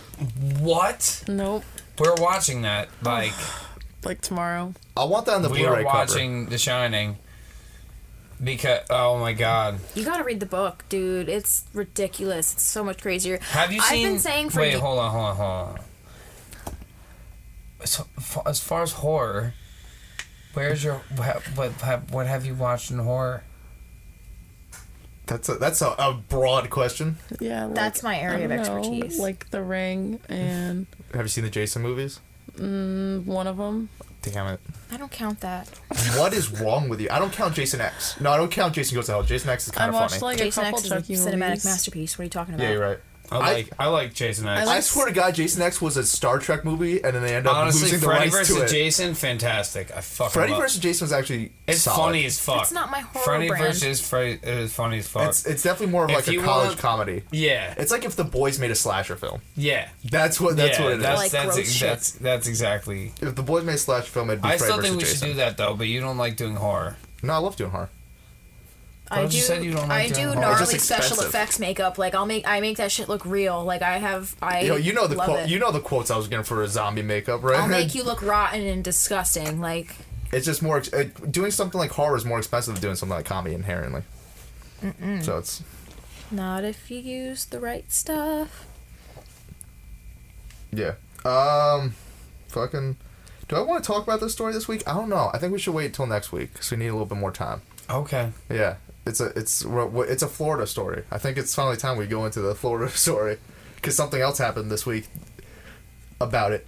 Speaker 5: what?
Speaker 3: nope.
Speaker 5: We're watching that. Like
Speaker 3: Like tomorrow.
Speaker 1: I want that on the
Speaker 5: we
Speaker 1: Blu-ray
Speaker 5: are watching The Shining. Because oh my god,
Speaker 4: You gotta read the book, dude. It's ridiculous. It's so much crazier.
Speaker 5: have you seen?
Speaker 4: I've been saying for
Speaker 5: wait,
Speaker 4: ye-
Speaker 5: hold on, hold on, hold on. So, fa- as far as horror, where's your what, what have what have you watched in horror?
Speaker 1: cover. That's a that's a, a broad question.
Speaker 3: Yeah. Like,
Speaker 4: That's my area
Speaker 3: I
Speaker 4: of
Speaker 3: don't know,
Speaker 4: expertise.
Speaker 3: like The Ring and
Speaker 1: Have you seen the Jason movies?
Speaker 3: mm, one of them.
Speaker 1: Damn it!
Speaker 4: I don't count that.
Speaker 1: What is wrong with you? I don't count Jason X. No, I don't count Jason Goes to Hell. Jason X is
Speaker 3: I
Speaker 1: kind of
Speaker 3: watched
Speaker 1: funny.
Speaker 3: like
Speaker 4: Jason
Speaker 3: a couple E.
Speaker 4: X is a
Speaker 3: Chucky
Speaker 4: cinematic
Speaker 3: movies.
Speaker 4: masterpiece. What are you talking about?
Speaker 1: yeah, you're right.
Speaker 5: I
Speaker 1: I-
Speaker 5: like I, like Jason X.
Speaker 3: I
Speaker 1: I
Speaker 3: like-
Speaker 1: swear to God, Jason X was a Star Trek movie, and then they end up
Speaker 5: Honestly,
Speaker 1: losing the
Speaker 5: Freddy
Speaker 1: rights to
Speaker 5: versus
Speaker 1: it.
Speaker 5: Jason, fantastic. I fucking
Speaker 1: Freddy
Speaker 5: love.
Speaker 1: versus Jason was actually
Speaker 5: it's
Speaker 1: solid.
Speaker 5: funny as fuck.
Speaker 4: It's not my horror
Speaker 5: Freddy
Speaker 4: brand.
Speaker 5: versus Freddy is funny as fuck.
Speaker 1: It's it's definitely more of
Speaker 5: If
Speaker 1: like a
Speaker 5: you
Speaker 1: college
Speaker 5: want-
Speaker 1: comedy.
Speaker 5: yeah,
Speaker 1: It's like if the boys made a slasher film.
Speaker 5: yeah.
Speaker 1: That's what that's
Speaker 5: yeah,
Speaker 1: what it is.
Speaker 5: that's,
Speaker 4: Like
Speaker 5: that's,
Speaker 4: gross
Speaker 5: ex-
Speaker 4: shit.
Speaker 5: that's that's exactly.
Speaker 1: If the boys made a slasher film, it'd be
Speaker 5: I
Speaker 1: Freddy
Speaker 5: still think
Speaker 1: versus
Speaker 5: we
Speaker 1: Jason.
Speaker 5: should do that though, but you don't like doing horror.
Speaker 1: No, I love doing horror.
Speaker 4: I
Speaker 5: Well,
Speaker 4: do.
Speaker 5: you said you don't like uh,
Speaker 4: I
Speaker 5: doing
Speaker 4: do
Speaker 5: horror.
Speaker 1: It's just
Speaker 4: gnarly special
Speaker 1: expensive.
Speaker 4: effects makeup. Like I'll make I make that shit look real. Like I have I.
Speaker 1: Yo, you know the
Speaker 4: love
Speaker 1: quote.
Speaker 4: it.
Speaker 1: You know the quotes I was getting for a zombie makeup, right?
Speaker 4: I'll make you look rotten and disgusting. Like
Speaker 1: It's just more ex- uh, doing something like horror is more expensive than doing something like comedy inherently. So it's
Speaker 4: not if you use the right stuff.
Speaker 1: yeah. Um, fucking. Do I want to talk about this story this week? I don't know. I think we should wait till next week because we need a little bit more time.
Speaker 5: Okay.
Speaker 1: Yeah, it's a it's we're- we're- it's a Florida story. I think it's finally time we go into the Florida story because something else happened this week about it.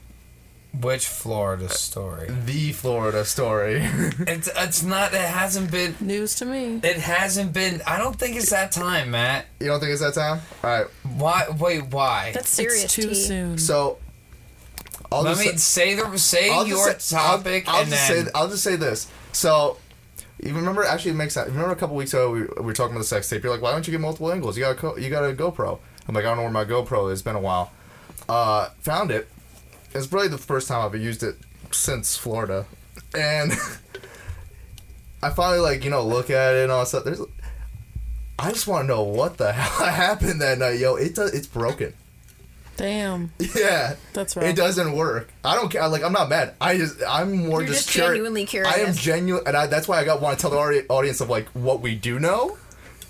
Speaker 5: Which Florida story?
Speaker 1: The Florida story.
Speaker 5: it's it's not. It hasn't been.
Speaker 3: News to me.
Speaker 5: It hasn't been. I don't think it's that time, Matt.
Speaker 1: you don't think it's that time? All right.
Speaker 5: Why? Wait, why?
Speaker 4: That's
Speaker 3: it's
Speaker 4: serious.
Speaker 3: too
Speaker 4: tea.
Speaker 3: soon.
Speaker 1: So. I'll
Speaker 5: Let
Speaker 1: just
Speaker 5: me say the say your
Speaker 1: say- I'll-
Speaker 5: topic
Speaker 1: I'll,
Speaker 5: and
Speaker 1: just
Speaker 5: then
Speaker 1: say I'll just say this. So you remember actually it makes sense. Remember a couple weeks ago we, we were talking about the sex tape. You're like, why don't you get multiple angles? You got a co- you got a GoPro. I'm like, I don't know where my GoPro is. It's been a while. Uh, found it. It's probably the first time I've used it since Florida, and I finally like you know look at it and all that stuff. There's, I just want to know what the hell happened that night, yo. It does, it's broken.
Speaker 3: Damn.
Speaker 1: Yeah.
Speaker 3: That's
Speaker 1: It
Speaker 3: right.
Speaker 1: doesn't work. I don't care. Like I'm not mad. I just I'm more
Speaker 4: You're just
Speaker 1: curi-
Speaker 4: genuinely curious.
Speaker 1: I am genuine, and I, that's why I got want to tell the audi- audience of like what we do know,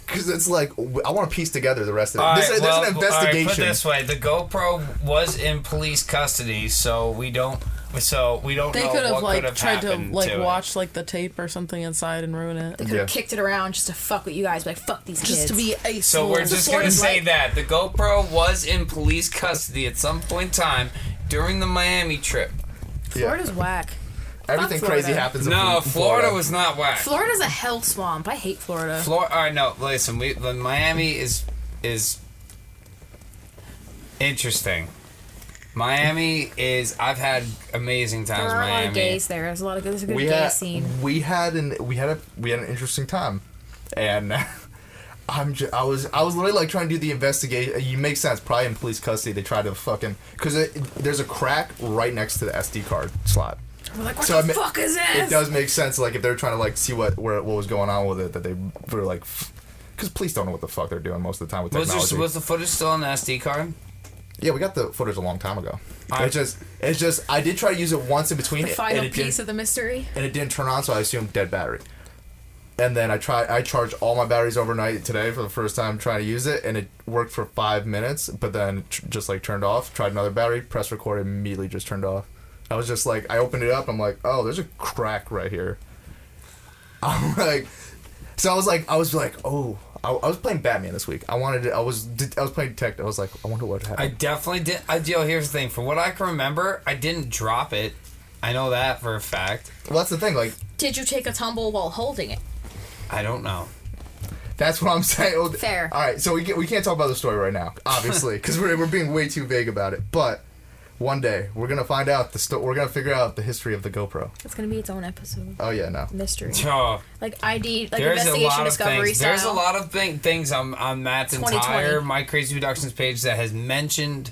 Speaker 1: because it's like w- I want to piece together the rest of it.
Speaker 5: All
Speaker 1: This-
Speaker 5: right,
Speaker 1: there's
Speaker 5: well,
Speaker 1: an
Speaker 5: All right, put
Speaker 1: investigation.
Speaker 5: it this way: the GoPro was in police custody, so we don't. So we don't
Speaker 3: They
Speaker 5: know
Speaker 3: could have
Speaker 5: what
Speaker 3: like
Speaker 5: could have
Speaker 3: tried to
Speaker 5: happened
Speaker 3: like
Speaker 5: to it.
Speaker 3: watch like the tape or something inside and ruin it.
Speaker 4: Could
Speaker 1: Yeah.
Speaker 4: have kicked it around just to fuck with you guys. Like fuck these
Speaker 3: Just
Speaker 4: kids.
Speaker 3: to be a
Speaker 5: So we're just gonna
Speaker 4: Florida's
Speaker 5: say
Speaker 4: like-
Speaker 5: that the GoPro was in police custody at some point in time during the Miami trip.
Speaker 1: Yeah.
Speaker 4: Florida's whack.
Speaker 1: Everything
Speaker 4: Florida.
Speaker 1: crazy happens. in
Speaker 5: No,
Speaker 1: Fl-
Speaker 5: Florida was not whack.
Speaker 4: Florida's a hell swamp. I hate Florida.
Speaker 5: Florida. All right, no, listen. We the Miami is is interesting. Miami is. I've had amazing
Speaker 4: there
Speaker 5: times. in
Speaker 4: are a lot
Speaker 5: Miami.
Speaker 4: of gays there. There's a lot of there's a good
Speaker 1: we
Speaker 4: gay
Speaker 1: had
Speaker 4: scene.
Speaker 1: we had an we had a we had an interesting time, and. I'm ju- I was I was literally like trying to do the investigation. You make sense. Probably in police custody, they tried to fucking because there's a crack right next to the SD card slot.
Speaker 4: We're like, what
Speaker 1: So
Speaker 4: the
Speaker 1: I ma-
Speaker 4: fuck is
Speaker 1: it
Speaker 4: this?
Speaker 1: does make sense like if they're trying to like see what where, what was going on with it that they were like because police don't know what the fuck they're doing most of the time with
Speaker 5: Was,
Speaker 1: technology
Speaker 5: there, was the footage still on the SD card?
Speaker 1: Yeah, we got the footage a long time ago. I just, it's just, I did try to use it once in between,
Speaker 4: The final
Speaker 1: and, it
Speaker 4: piece
Speaker 1: didn't,
Speaker 4: of the mystery.
Speaker 1: and it didn't turn on, so I assumed dead battery. And then I tried, I charged all my batteries overnight today for the first time trying to use it, and it worked for five minutes, but then it tr- just like turned off. Tried another battery, press record, immediately just turned off. I was just like, I opened it up, I'm like, oh, there's a crack right here. I'm like, so I was like, I was like, oh, I, I was playing Batman this week. I wanted, to, I was, I was playing detective. I was like, I wonder what happened.
Speaker 5: I definitely did. I, yo, here's the thing. From what I can remember, I didn't drop it. I know that for a fact.
Speaker 1: Well, that's the thing. Like,
Speaker 4: Did you take a tumble while holding it?
Speaker 5: I don't know.
Speaker 1: that's what I'm saying. Well,
Speaker 4: Fair.
Speaker 1: All right, so we, can, we can't talk about the story right now, obviously, because we're, we're being way too vague about it. But one day we're gonna find out the sto- we're gonna figure out the history of the GoPro.
Speaker 4: It's gonna be its own episode.
Speaker 1: Oh yeah, no.
Speaker 4: Mystery.
Speaker 5: Oh,
Speaker 4: Like ID, like
Speaker 5: there's a
Speaker 4: investigation
Speaker 5: lot of
Speaker 4: discovery
Speaker 5: things.
Speaker 4: style.
Speaker 5: There's a lot of thing, things on on Matt's
Speaker 4: 2020.
Speaker 5: entire My Crazy Productions page that has mentioned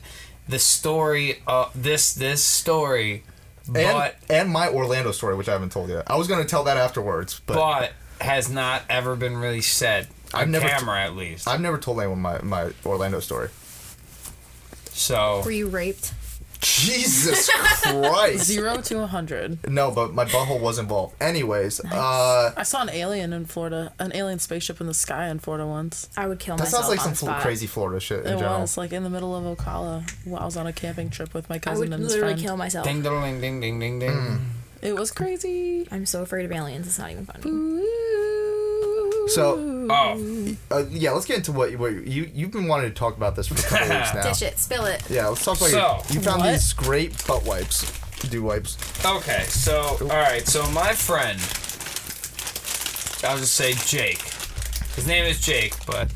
Speaker 5: the story of this this story,
Speaker 1: And
Speaker 5: but
Speaker 1: and my Orlando story, which I haven't told yet. I was gonna tell that afterwards, but,
Speaker 5: but has not ever been really said. On
Speaker 1: I've never t-
Speaker 5: camera at least.
Speaker 1: I've never told anyone my my Orlando story.
Speaker 5: so
Speaker 4: Were you raped?
Speaker 1: Jesus Christ.
Speaker 3: Zero to a hundred.
Speaker 1: No, but my butthole was involved. Anyways, uh,
Speaker 3: I saw an alien in Florida, an alien spaceship in the sky in Florida once.
Speaker 4: I would kill
Speaker 1: that
Speaker 4: myself.
Speaker 1: sounds like some
Speaker 4: on the spot.
Speaker 1: fl- crazy Florida shit in
Speaker 3: It
Speaker 1: general.
Speaker 3: was like in the middle of Ocala. While I was on a camping trip with my
Speaker 4: I would
Speaker 3: cousin and his
Speaker 4: literally
Speaker 3: friend.
Speaker 4: kill myself.
Speaker 5: ding ding ding ding ding ding.
Speaker 3: It was crazy.
Speaker 4: I'm so afraid of aliens. It's not even funny.
Speaker 1: So
Speaker 5: Oh,
Speaker 1: uh, yeah, let's get into what, what you you've been wanting to talk about this for a couple weeks now.
Speaker 4: Dish it. Spill it.
Speaker 1: Yeah, let's talk about
Speaker 5: So-
Speaker 1: your, you found
Speaker 3: What?
Speaker 1: these great butt wipes, do wipes.
Speaker 5: okay. So all right. So my friend, I'll just say Jake. His name is Jake, but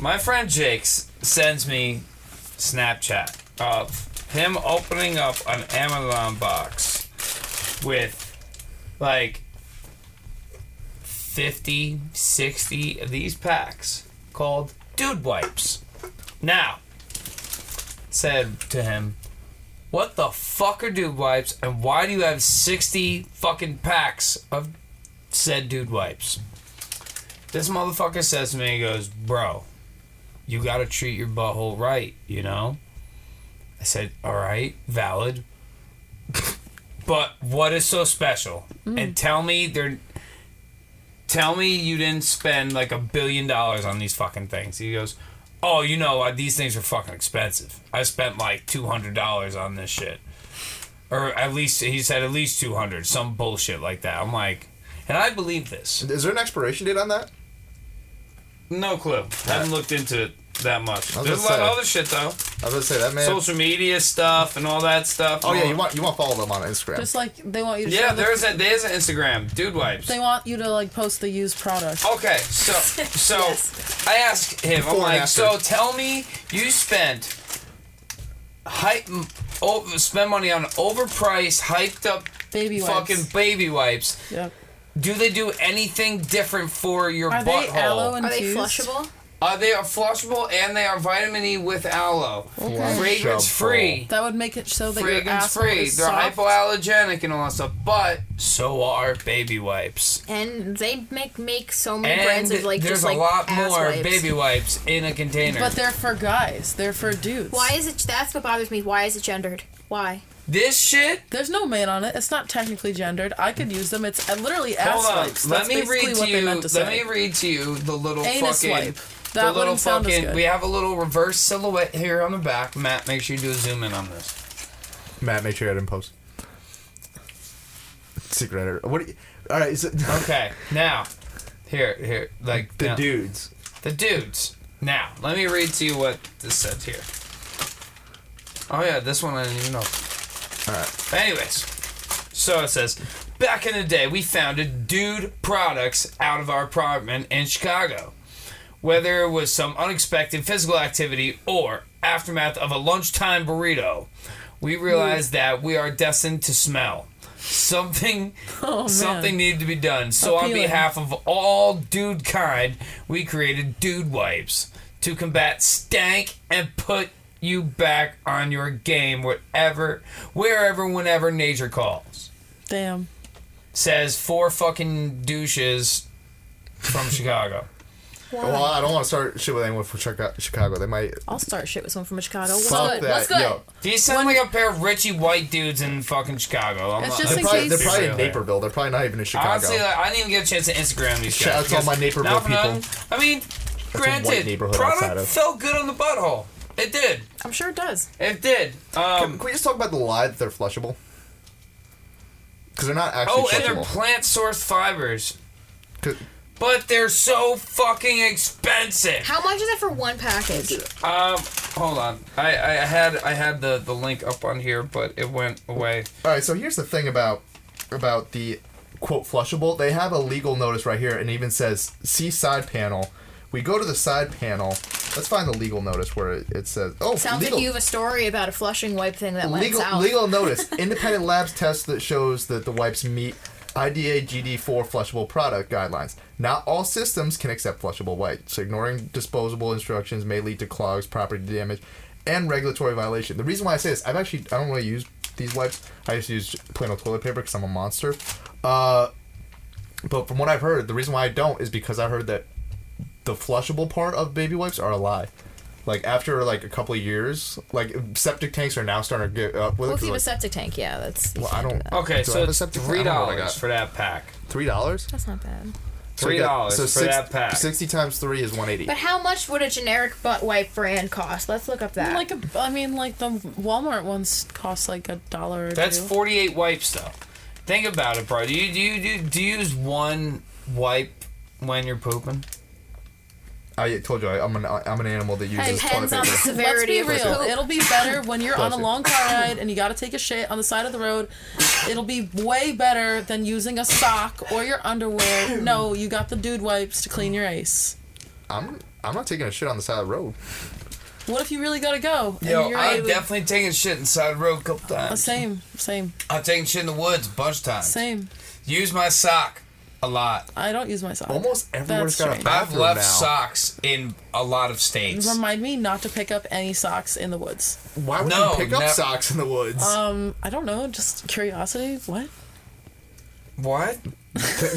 Speaker 5: my friend Jake s- sends me Snapchat of him opening up an Amazon box with like 50, 60 of these packs called Dude Wipes. Now, said to him, What the fuck are Dude Wipes and why do you have 60 fucking packs of said Dude Wipes? This motherfucker says to me, he goes, Bro, you gotta treat your butthole right, you know? I said, Alright, valid. but what is so special? And tell me they're tell me you didn't spend like a billion dollars on these fucking things. He goes, Oh, you know, uh, these things are fucking expensive. I spent like $200 on this shit. Or at least, he said at least 200, some bullshit like that. I'm like, and I believe this.
Speaker 1: Is there an expiration date on that?
Speaker 5: No clue. Haven't looked into it that much.
Speaker 1: I was
Speaker 5: There's a
Speaker 1: gonna
Speaker 5: lot of
Speaker 1: say.
Speaker 5: other shit though.
Speaker 1: I was gonna say that man.
Speaker 5: Social media stuff and all that stuff.
Speaker 1: oh yeah, you want you want to follow them on Instagram.
Speaker 3: Just like they want you to
Speaker 5: Yeah,
Speaker 3: show the-
Speaker 5: there's a there's an Instagram, dude wipes.
Speaker 3: they want you to like post the used product.
Speaker 5: Okay, so so
Speaker 4: Yes.
Speaker 5: I asked him.
Speaker 1: Before
Speaker 5: I'm
Speaker 1: and
Speaker 5: like,
Speaker 1: after.
Speaker 5: so tell me, you spent hype, oh, spend money on overpriced, hyped up
Speaker 3: Baby wipes.
Speaker 5: fucking baby wipes.
Speaker 3: Yep.
Speaker 5: Do they do anything different for your butthole?
Speaker 3: Are they aloe
Speaker 4: Are they
Speaker 3: infused?
Speaker 4: flushable?
Speaker 5: Uh, they are flushable and they are vitamin E with aloe, fragrance free,
Speaker 3: That would make it so that your
Speaker 5: fragrance
Speaker 3: asshole
Speaker 5: free.
Speaker 3: is
Speaker 5: They're
Speaker 3: soft.
Speaker 5: hypoallergenic and all that stuff, but so are baby wipes.
Speaker 4: And they make make so many
Speaker 5: And
Speaker 4: brands of like
Speaker 5: there's
Speaker 4: just like
Speaker 5: a lot
Speaker 4: ass
Speaker 5: more
Speaker 4: wipes.
Speaker 5: baby wipes in a container.
Speaker 3: But they're for guys. They're for dudes.
Speaker 4: Why is it? That's what bothers me. Why is it gendered? Why?
Speaker 5: this shit
Speaker 3: There's no man on it. It's not technically gendered. I could use them. It's uh, literally ass
Speaker 5: Hold on.
Speaker 3: wipes.
Speaker 5: Let
Speaker 3: That's
Speaker 5: me
Speaker 3: basically
Speaker 5: read
Speaker 3: what
Speaker 5: to
Speaker 3: they
Speaker 5: you.
Speaker 3: meant to
Speaker 5: Let
Speaker 3: say.
Speaker 5: me read to you the little
Speaker 3: Anus
Speaker 5: fucking.
Speaker 3: wipe.
Speaker 5: the
Speaker 3: That
Speaker 5: little
Speaker 3: wouldn't sound as
Speaker 5: fucking.
Speaker 3: good.
Speaker 5: We have a little reverse silhouette here on the back. Matt, make sure you do a zoom in on this.
Speaker 1: Matt, make sure I didn't post. Secret editor. What? Are you, all right. So,
Speaker 5: Okay, now, here, here, like
Speaker 1: the
Speaker 5: now-
Speaker 1: dudes.
Speaker 5: the dudes. Now, let me read to you what this says here. Oh yeah, this one I didn't even know.
Speaker 1: All right.
Speaker 5: Anyways, so it says, back in the day, we founded Dude Products out of our apartment in Chicago. Whether it was some unexpected physical activity or aftermath of a lunchtime burrito, we realized that we are destined to smell. Something,
Speaker 3: Oh, man.
Speaker 5: something needed to be done. So on
Speaker 3: Appealing.
Speaker 5: behalf of all dude kind, we created Dude Wipes to combat stank and put you back on your game wherever, wherever, whenever nature calls.
Speaker 3: Damn.
Speaker 5: Says four fucking douches from Chicago.
Speaker 1: Well, I don't want to start shit with anyone from Chica- Chicago. They might.
Speaker 3: I'll start shit with someone from Chicago. Oh, What's
Speaker 1: Fuck
Speaker 3: good?
Speaker 1: that.
Speaker 3: What's good?
Speaker 1: Yo,
Speaker 5: These sound like a pair of Richie White dudes in fucking Chicago. I'm
Speaker 3: It's
Speaker 5: not-
Speaker 3: just
Speaker 1: they're
Speaker 3: in
Speaker 1: probably, they're
Speaker 3: case-
Speaker 1: probably in
Speaker 5: Really?
Speaker 1: Naperville. They're probably not even in Chicago.
Speaker 5: Honestly, like, I didn't even get a chance to Instagram these
Speaker 1: Shout
Speaker 5: guys.
Speaker 1: out to all my
Speaker 5: because
Speaker 1: Naperville
Speaker 5: not for nothing-
Speaker 1: people.
Speaker 5: I mean,
Speaker 1: a white
Speaker 5: granted,
Speaker 1: neighborhood outside
Speaker 5: product
Speaker 1: of-
Speaker 5: felt good on the butthole. It did.
Speaker 3: I'm sure it does.
Speaker 5: It did. Um,
Speaker 1: Can we just talk about the lie that they're flushable? Because they're not actually
Speaker 5: oh, and they're
Speaker 1: flushable.
Speaker 5: plant source fibers,
Speaker 1: 'Cause-
Speaker 5: but they're so fucking expensive.
Speaker 4: How much is it for one package?
Speaker 5: Um, hold on. I, I had I had the, the link up on here, but it went away.
Speaker 1: All right, so here's the thing about about the quote flushable. They have a legal notice right here, and it even says see side panel. We go to the side panel. Let's find the legal notice where it, it says. Oh,
Speaker 4: Sounds
Speaker 1: legal,
Speaker 4: like you have a story about a flushing wipe thing that went
Speaker 1: legal
Speaker 4: south.
Speaker 1: legal notice. Independent labs test that shows that the wipes meet IDA GD4 flushable product guidelines. Not all systems can accept flushable wipes. Ignoring disposable instructions may lead to clogs, property damage, and regulatory violation. The reason why I say this, I've actually I don't really use these wipes. I just use plain old toilet paper because I'm a monster. Uh, but from what I've heard, the reason why I don't is because I heard that the flushable part of baby wipes are a lie. Like after like a couple of years, like septic tanks are now starting to get up with
Speaker 4: Well,
Speaker 1: it.
Speaker 4: if you have a
Speaker 1: 'cause, like,
Speaker 4: septic tank, yeah, that's. you
Speaker 1: Well, I
Speaker 4: can't do
Speaker 1: don't-
Speaker 4: that.
Speaker 5: Okay,
Speaker 1: Do I
Speaker 5: so
Speaker 1: have a
Speaker 5: it's
Speaker 1: septic- I
Speaker 5: three
Speaker 1: don't know what I
Speaker 5: dollars
Speaker 1: got.
Speaker 5: for that pack.
Speaker 1: Three dollars.
Speaker 4: That's not bad.
Speaker 1: So we
Speaker 5: Three
Speaker 1: got-
Speaker 5: dollars for
Speaker 1: six-
Speaker 5: that pack.
Speaker 1: Sixty times three is one eighty.
Speaker 4: But how much would a generic butt wipe brand cost? Let's look up that.
Speaker 3: Like a, I mean, like the Walmart ones cost like a dollar or
Speaker 5: That's
Speaker 3: two.
Speaker 5: forty-eight wipes, though. Think about it, bro. Do you do you, do, you- do you use one wipe when you're pooping?
Speaker 1: I told you I, I'm an I'm an animal that uses toilet
Speaker 4: Depends on the
Speaker 1: paper.
Speaker 3: Let's
Speaker 4: severity
Speaker 3: be
Speaker 4: of the
Speaker 3: real.
Speaker 4: poop.
Speaker 3: It'll be better when you're on a
Speaker 1: Bless you.
Speaker 3: long car ride and you got to take a shit on the side of the road. It'll be way better than using a sock or your underwear. No, you got the dude wipes to clean your ass.
Speaker 1: I'm I'm not taking a shit on the side of the road.
Speaker 3: What if you really gotta go? and
Speaker 5: Yo,
Speaker 3: you're
Speaker 5: I've
Speaker 3: able-
Speaker 5: definitely taken shit inside the road a couple
Speaker 3: Uh,
Speaker 5: times.
Speaker 3: Same, same,
Speaker 5: I've taken shit in the woods a bunch of times.
Speaker 3: same.
Speaker 5: Use my sock a lot.
Speaker 3: I don't use my sock.
Speaker 1: Almost everyone's
Speaker 3: That's
Speaker 1: got a
Speaker 3: strange.
Speaker 5: I've
Speaker 1: bathroom
Speaker 5: left
Speaker 1: now.
Speaker 5: socks in a lot of states.
Speaker 3: Remind me not to pick up any socks in the woods.
Speaker 1: Why would
Speaker 5: No,
Speaker 1: you pick up
Speaker 5: never-
Speaker 1: socks in the woods?
Speaker 4: Oh,
Speaker 3: Um, I don't know, just curiosity. What?
Speaker 5: What?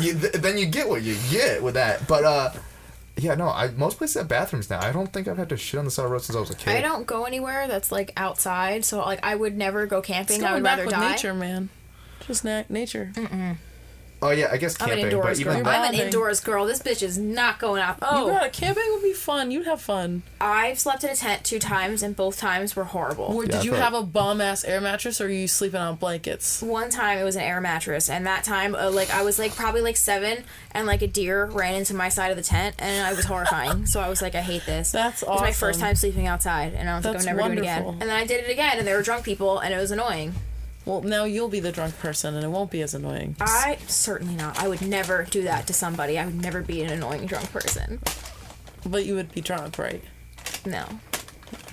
Speaker 1: you, th- then you get what you get with that. But uh, yeah, no, I most places have bathrooms now. I don't think I've had to shit on the side of the road since I was a kid.
Speaker 4: I don't go anywhere that's like outside, so like I would never go
Speaker 3: It's
Speaker 4: camping. I
Speaker 3: going
Speaker 4: would
Speaker 3: back
Speaker 4: rather
Speaker 3: with
Speaker 4: die. Mm.
Speaker 3: nature, man. Just na- nature.
Speaker 1: Oh yeah, I guess
Speaker 4: I'm an
Speaker 1: camping, but
Speaker 4: indoors girl.
Speaker 1: even
Speaker 3: You're
Speaker 4: I'm an
Speaker 3: bonding.
Speaker 4: indoors girl. This bitch is not going out.
Speaker 3: You
Speaker 4: Oh,
Speaker 3: gotta camping would be fun. You'd have fun.
Speaker 4: I've slept in a tent two times, and both times were horrible.
Speaker 3: Or
Speaker 1: Yeah,
Speaker 3: did
Speaker 1: I
Speaker 3: you
Speaker 1: thought-
Speaker 3: have a bomb ass air mattress, or are you sleeping on blankets?
Speaker 4: One time it was an air mattress, and that time, uh, like I was like probably like seven, and like a deer ran into my side of the tent, and it was horrifying. so I was like, I hate this.
Speaker 3: That's
Speaker 4: It was my first
Speaker 3: awesome.
Speaker 4: time sleeping outside, and I was like,
Speaker 3: That's
Speaker 4: I'm never doing it again.
Speaker 3: wonderful.
Speaker 4: And then I did it again, and there were drunk people, and it was annoying.
Speaker 3: Well, now you'll be the drunk person, and it won't be as annoying.
Speaker 4: I certainly not. I would never do that to somebody. I would never be an annoying drunk person.
Speaker 3: But you would be drunk, right?
Speaker 4: No,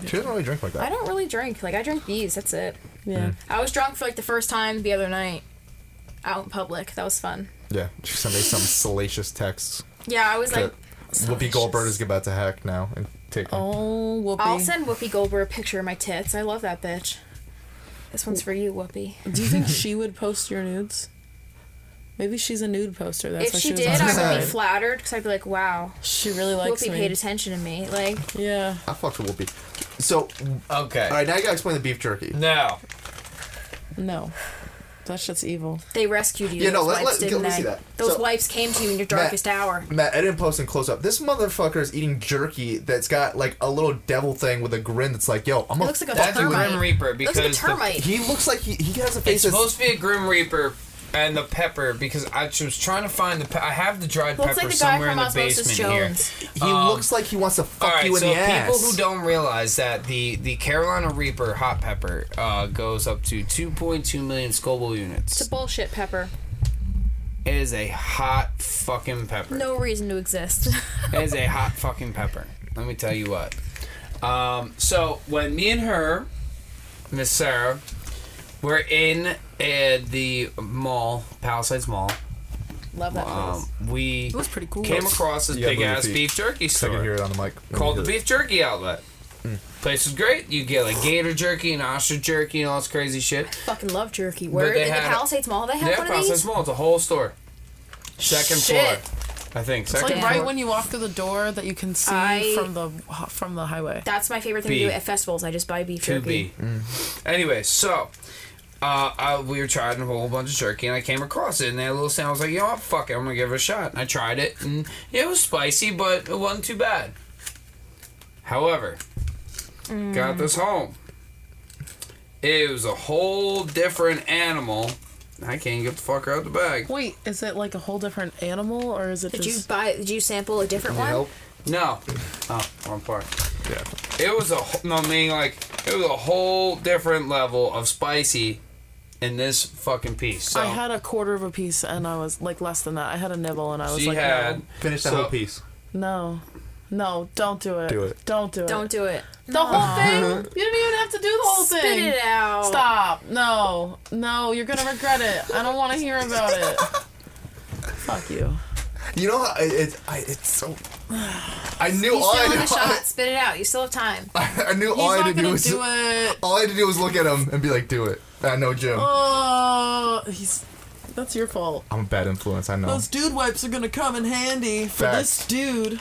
Speaker 1: she doesn't really drink like
Speaker 4: I
Speaker 1: that.
Speaker 4: don't really drink. Like I drink these. That's it.
Speaker 3: Yeah.
Speaker 4: I was drunk for like the first time the other night, out in public. That was fun.
Speaker 1: Yeah, she sent me some salacious texts.
Speaker 4: Yeah, I was like,
Speaker 1: That Whoopi Goldberg is about to hack now and take. them.
Speaker 3: Oh, whoopee.
Speaker 4: I'll send Whoopi Goldberg a picture of my tits. I love that bitch. This one's for you, Whoopi.
Speaker 3: Do you think she would post your nudes? Maybe she's a nude poster. That's
Speaker 4: if
Speaker 3: why
Speaker 4: she,
Speaker 3: she, was
Speaker 4: did,
Speaker 3: on
Speaker 4: I
Speaker 3: the
Speaker 4: would be
Speaker 3: side.
Speaker 4: flattered because I'd be like, wow,
Speaker 3: She really likes
Speaker 4: Whoopi
Speaker 3: me.
Speaker 4: paid attention to me. Like,
Speaker 3: Yeah.
Speaker 1: I fucked with Whoopi. So,
Speaker 5: Okay.
Speaker 1: all right, now you gotta explain the beef jerky.
Speaker 5: Now,
Speaker 3: No. That shit's evil.
Speaker 4: they rescued you.
Speaker 1: Yeah, no,
Speaker 4: those
Speaker 1: let-
Speaker 4: wipes,
Speaker 1: let-
Speaker 4: didn't
Speaker 1: let me see
Speaker 4: they?
Speaker 1: that.
Speaker 4: Those
Speaker 1: So-
Speaker 4: wipes came to you in your darkest hour.
Speaker 1: Matt, I didn't post in close up. This motherfucker is eating jerky that's got like a little devil thing with a grin that's like, yo, I'm
Speaker 4: It
Speaker 1: a.
Speaker 4: looks like a
Speaker 5: that's a
Speaker 4: termite.
Speaker 5: Grim Reaper
Speaker 4: Looks like a
Speaker 5: because the-
Speaker 4: termite.
Speaker 1: he looks like he, he has a
Speaker 5: it's
Speaker 1: face that's.
Speaker 5: supposed to be a Grim Reaper and the pepper because I was trying to find the. Pe- I have the dried
Speaker 4: Looks
Speaker 5: pepper
Speaker 4: like the guy
Speaker 5: somewhere in
Speaker 4: from
Speaker 5: the
Speaker 4: Osmosis
Speaker 5: basement
Speaker 4: Jones.
Speaker 5: here.
Speaker 1: he looks like he wants to fuck
Speaker 5: All right,
Speaker 1: you in
Speaker 5: um,
Speaker 1: the
Speaker 5: so people
Speaker 1: ass.
Speaker 5: who don't realize that the the Carolina Reaper hot pepper uh, goes up to 2.2 million Scoville units.
Speaker 4: It's a bullshit pepper.
Speaker 5: It is a hot fucking pepper.
Speaker 4: No reason to exist.
Speaker 5: It is a hot fucking pepper. Let me tell you what. Um, so when me and her, Miss Sarah, were in uh, the mall, Palisades Mall,
Speaker 3: Love that
Speaker 5: um, we
Speaker 3: was pretty cool.
Speaker 5: came across this
Speaker 1: You gotta
Speaker 5: big ass
Speaker 1: move your feet.
Speaker 5: beef jerky
Speaker 1: So I can hear
Speaker 5: store
Speaker 1: it on the mic.
Speaker 5: called the
Speaker 1: Let me hear
Speaker 5: Beef Jerky Outlet. Place was great. You get like gator jerky and ostrich jerky and all this crazy shit.
Speaker 4: Fucking love jerky. Where
Speaker 5: they
Speaker 4: in the
Speaker 5: had-
Speaker 4: Palisades Mall they have
Speaker 5: Yeah,
Speaker 4: one of these?
Speaker 5: Palisades Mall. It's a whole store. Second
Speaker 4: Shit.
Speaker 5: floor. I think.
Speaker 3: It's
Speaker 5: Second
Speaker 3: like
Speaker 4: Yeah.
Speaker 3: right when you walk through the door that you can see
Speaker 4: I-
Speaker 3: from the from the highway.
Speaker 4: That's my favorite thing
Speaker 5: Bee.
Speaker 4: to do at festivals. I just buy beef
Speaker 5: to
Speaker 4: jerky.
Speaker 5: be. Anyway, so uh, I, we were trying a whole bunch of jerky, and I came across it, and that little sound I was like, "Yo, fuck it, I'm gonna give it a shot." And I tried it, and yeah, it was spicy, but it wasn't too bad. However,
Speaker 3: Mm.
Speaker 5: got this home. It was a whole different animal. I can't get the fucker out the bag.
Speaker 3: Wait, is it like a whole different animal or is it
Speaker 4: Did you
Speaker 3: just
Speaker 4: buy? Did you sample a different one?
Speaker 5: No. Oh, wrong part.
Speaker 1: Yeah.
Speaker 5: It was a wh- no, I mean like it was a whole different level of spicy in this fucking piece. So
Speaker 3: I had a quarter of a piece and I was like less than that. I had a nibble and I was
Speaker 5: she
Speaker 3: like
Speaker 5: had
Speaker 1: Finish the
Speaker 5: So-
Speaker 1: whole piece.
Speaker 3: no. No. No, don't do it.
Speaker 1: Do it.
Speaker 3: Don't do it.
Speaker 4: Don't do it.
Speaker 3: the whole thing? You didn't even have to do the whole
Speaker 4: Spit
Speaker 3: thing.
Speaker 4: it out.
Speaker 3: Stop. No. No, you're gonna regret it. I don't wanna hear about it. Fuck you.
Speaker 1: You know, how it, it, I, it's so. I knew
Speaker 4: You
Speaker 1: all
Speaker 4: still
Speaker 1: Oh, I,
Speaker 4: have a shot.
Speaker 1: knew,
Speaker 4: Spit it out. You still have time.
Speaker 1: I, knew
Speaker 3: He's
Speaker 1: all I
Speaker 3: not
Speaker 1: had to do
Speaker 3: gonna
Speaker 1: was
Speaker 3: do it.
Speaker 1: all I had to do was look at him and be like, "Do it." I know Jim.
Speaker 3: Oh he's that's your fault.
Speaker 1: I'm a bad influence. I know.
Speaker 3: Those dude wipes are gonna come in handy for
Speaker 1: Facts.
Speaker 3: this dude.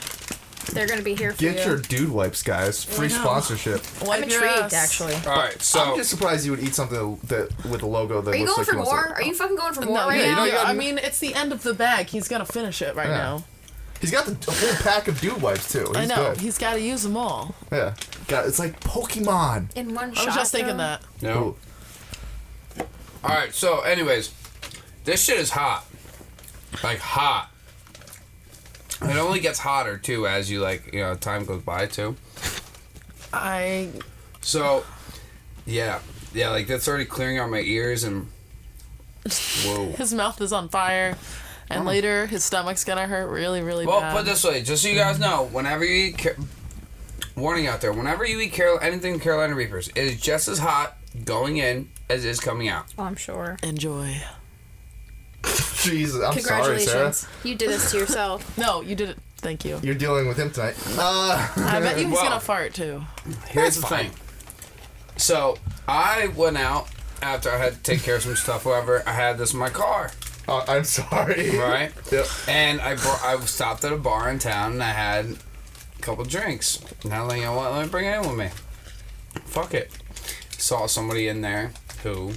Speaker 4: They're gonna be here for
Speaker 1: Get
Speaker 4: you. Oh,
Speaker 1: your dude wipes, guys. Free
Speaker 3: I know.
Speaker 1: sponsorship.
Speaker 4: I'm
Speaker 3: Wipe your
Speaker 4: intrigued,
Speaker 3: ass.
Speaker 4: actually.
Speaker 5: all right. So
Speaker 1: I'm just surprised you would eat something that with a logo that
Speaker 4: Are you
Speaker 1: looks like
Speaker 4: going for
Speaker 1: you want
Speaker 4: more?
Speaker 1: to-
Speaker 4: Are you fucking going for more
Speaker 3: No,
Speaker 4: right
Speaker 3: yeah,
Speaker 4: now?
Speaker 1: you
Speaker 3: yeah,
Speaker 1: gotta-
Speaker 3: I mean it's the end of the bag. He's gonna finish it right
Speaker 1: Yeah.
Speaker 3: now.
Speaker 1: He's got the whole pack of dude wipes too. He's
Speaker 3: I know.
Speaker 1: Good.
Speaker 3: He's got to use them all.
Speaker 1: Yeah. God, it's like Pokemon. Oh,
Speaker 4: In one
Speaker 3: I
Speaker 4: shot.
Speaker 3: was just thinking
Speaker 4: though?
Speaker 3: that.
Speaker 5: no. All right. So anyways, this shit is hot, like hot. It only gets hotter too as you like you know time goes by too.
Speaker 3: I
Speaker 5: So yeah, yeah, like that's already clearing out my ears and whoa.
Speaker 3: his mouth is on fire, and later his stomach's gonna hurt really, really
Speaker 5: Well,
Speaker 3: bad.
Speaker 5: put it this way, just so you guys know, whenever you eat, Car- warning out there, whenever you eat Carol- anything Carolina Reapers, it is just as hot going in as it is coming out.
Speaker 4: Oh, I'm sure.
Speaker 3: Enjoy.
Speaker 1: Jesus, I'm sorry, Sarah.
Speaker 4: Congratulations. you did this to yourself.
Speaker 3: No, you did it. Thank you.
Speaker 1: You're dealing with him tonight. Uh,
Speaker 3: I bet you he's
Speaker 5: Well-
Speaker 3: gonna fart too.
Speaker 5: Here's the thing. So I went out after I had to take care of some stuff. Whatever, I had this in my car,
Speaker 1: uh, I'm sorry.
Speaker 5: right?
Speaker 1: Yep.
Speaker 5: And I brought, I stopped at a bar in town and I had a couple drinks. And I'm like, you know what? Let me bring it in with me. Fuck it. Saw somebody in there who,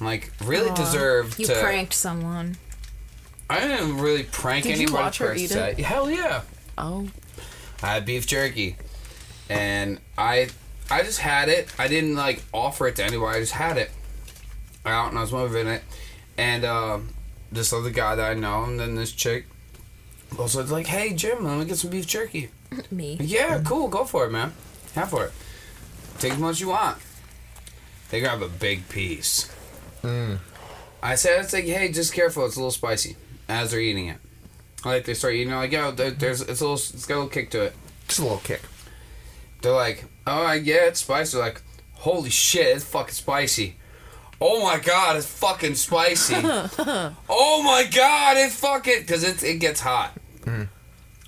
Speaker 5: like, really deserved
Speaker 4: You
Speaker 5: to.
Speaker 4: pranked someone.
Speaker 5: I didn't really prank
Speaker 3: Did you
Speaker 5: anyone
Speaker 3: watch her
Speaker 5: per
Speaker 3: eat
Speaker 5: se. Hell yeah.
Speaker 3: Oh,
Speaker 5: I had beef jerky, and I I just had it. I didn't like offer it to anyone. I just had it out, and I was moving it. And um, this other guy that I know, and then this chick also like, "Hey Jim, let me get some beef jerky."
Speaker 4: Me.
Speaker 5: Yeah, cool. Go for it, man. Have for it. Take as much as you want. They grab a big piece. I said, I was like, hey, just careful. It's a little spicy. As they're eating it, like they start eating, it, like, yo, there, there's it's a little, it's got a little kick to it.
Speaker 1: Just a little kick.
Speaker 5: They're like, oh, I get it's spicy. They're like, holy shit, it's fucking spicy. Oh my god, it's fucking spicy. oh my god, it fucking because it it gets hot.
Speaker 1: Mm-hmm.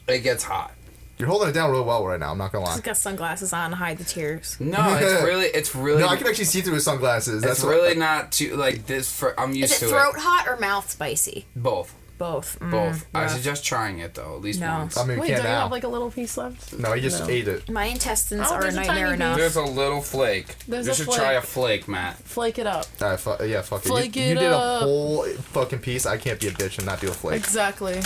Speaker 5: It gets hot.
Speaker 1: You're holding it down real well right now. I'm not gonna lie.
Speaker 4: He's got sunglasses on. Hide the tears.
Speaker 5: No, it's really, it's really.
Speaker 1: No, I can actually see through his sunglasses. That's
Speaker 5: it's
Speaker 1: what-
Speaker 5: really not too like this. For I'm used
Speaker 4: Is it
Speaker 5: to
Speaker 4: throat
Speaker 5: it.
Speaker 4: hot or mouth spicy?
Speaker 5: Both,
Speaker 4: Both. Mm.
Speaker 5: both. I suggest trying it though, at least
Speaker 4: No.
Speaker 5: once.
Speaker 1: I mean, we
Speaker 3: wait, do
Speaker 1: can't
Speaker 3: not you
Speaker 1: now.
Speaker 3: have like a little piece left?
Speaker 1: no, he just
Speaker 3: No.
Speaker 1: ate it.
Speaker 4: My intestines
Speaker 3: Oh,
Speaker 4: are a
Speaker 3: there's a
Speaker 4: nightmare
Speaker 3: tiny
Speaker 4: enough.
Speaker 5: There's a little flake.
Speaker 3: There's
Speaker 5: you
Speaker 3: a
Speaker 5: should try a
Speaker 3: flake.
Speaker 5: flake, Matt.
Speaker 3: Flake it up.
Speaker 1: All right, fu- yeah, fuck it. You-
Speaker 3: Flake
Speaker 1: you,
Speaker 3: it
Speaker 1: did a
Speaker 3: up.
Speaker 1: whole fucking piece. I can't be a bitch and not do a flake.
Speaker 3: Exactly.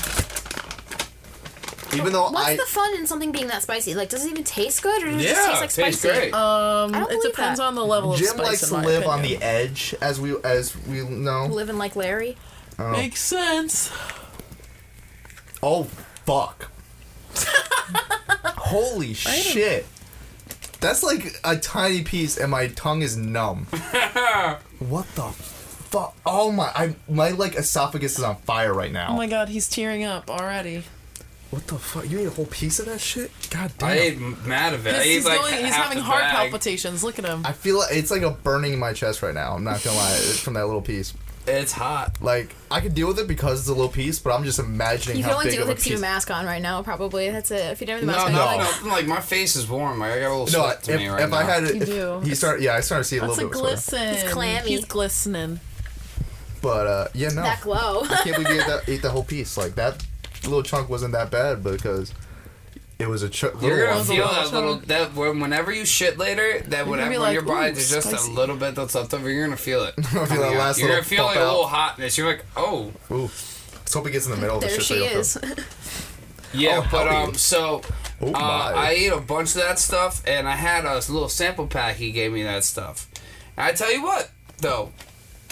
Speaker 1: Even though
Speaker 4: What's
Speaker 1: I,
Speaker 4: the fun in something being that spicy? Like, does it even taste good, or does it
Speaker 5: Yeah,
Speaker 4: just taste like
Speaker 5: tastes
Speaker 4: spicy?
Speaker 5: great.
Speaker 3: Um,
Speaker 4: I don't
Speaker 3: it
Speaker 4: believe
Speaker 3: depends
Speaker 4: that.
Speaker 3: on the level of
Speaker 1: Jim
Speaker 3: spice.
Speaker 1: likes
Speaker 3: in
Speaker 1: to
Speaker 3: my
Speaker 1: live on the
Speaker 3: opinion.
Speaker 1: edge, as we as we know.
Speaker 4: Living like Larry.
Speaker 3: Makes sense.
Speaker 1: Oh fuck! Holy shit! That's like a tiny piece, and my tongue is numb. what the fuck? Oh my! I my like esophagus is on fire right now.
Speaker 3: Oh my god, he's tearing up already.
Speaker 1: what the fuck? You ate a whole piece of that shit? God damn!
Speaker 5: I
Speaker 1: I,
Speaker 5: ate mad of it. I
Speaker 3: He's,
Speaker 5: ate
Speaker 3: he's
Speaker 5: like
Speaker 3: going, he's
Speaker 5: half
Speaker 3: having
Speaker 5: the
Speaker 3: heart
Speaker 5: bag.
Speaker 3: palpitations. Look at him.
Speaker 1: feel like it's like a burning in my chest right now. I'm not gonna lie, from that little piece.
Speaker 5: It's hot.
Speaker 1: Like I can deal with it because it's a little piece, but I'm just imagining
Speaker 4: You can
Speaker 1: how
Speaker 4: only
Speaker 1: big
Speaker 4: do it
Speaker 1: of a
Speaker 4: if
Speaker 1: piece.
Speaker 4: you have a mask on right now. Probably that's it. If you don't have the
Speaker 5: No,
Speaker 4: mask
Speaker 5: no,
Speaker 4: on,
Speaker 5: no,
Speaker 4: like,
Speaker 5: Like my face is warm. Like I got a
Speaker 1: no,
Speaker 5: little sweat
Speaker 1: if,
Speaker 5: to me right
Speaker 1: if
Speaker 5: now.
Speaker 1: I had it,
Speaker 3: You do.
Speaker 1: if he started. Yeah, I started to see a
Speaker 3: That's a
Speaker 1: little bit. of sweat.
Speaker 3: glisten.
Speaker 4: He's clammy.
Speaker 3: He's glistening.
Speaker 1: But uh, yeah, no.
Speaker 4: that glow.
Speaker 1: I can't believe you ate, that, ate the whole piece. Like that little chunk wasn't that bad because it was a ch- little
Speaker 5: You're
Speaker 1: one.
Speaker 5: gonna feel
Speaker 3: little
Speaker 5: that
Speaker 3: one.
Speaker 5: little that when whenever you shit later, that
Speaker 3: gonna
Speaker 5: whenever
Speaker 3: be
Speaker 5: your
Speaker 3: like,
Speaker 5: your body
Speaker 3: "Ooh,
Speaker 5: there's just
Speaker 3: spicy."
Speaker 5: a little bit that's left over, you're gonna feel it.
Speaker 1: feel
Speaker 5: coming
Speaker 1: that
Speaker 5: out.
Speaker 1: last
Speaker 5: you're
Speaker 1: little
Speaker 5: gonna feel
Speaker 1: pump
Speaker 5: like a little
Speaker 1: out.
Speaker 5: hotness. You're like, oh
Speaker 1: Ooh. Let's hope he gets in the middle of the
Speaker 4: There
Speaker 1: shit. so
Speaker 4: she
Speaker 1: you'll feel-
Speaker 4: is.
Speaker 5: yeah.
Speaker 1: Oh,
Speaker 5: but
Speaker 1: howdy.
Speaker 5: um, so
Speaker 1: Oh
Speaker 5: uh,
Speaker 1: my.
Speaker 5: I ate a bunch of that stuff, and I had a little sample pack. He gave me that stuff. And I tell you what, though,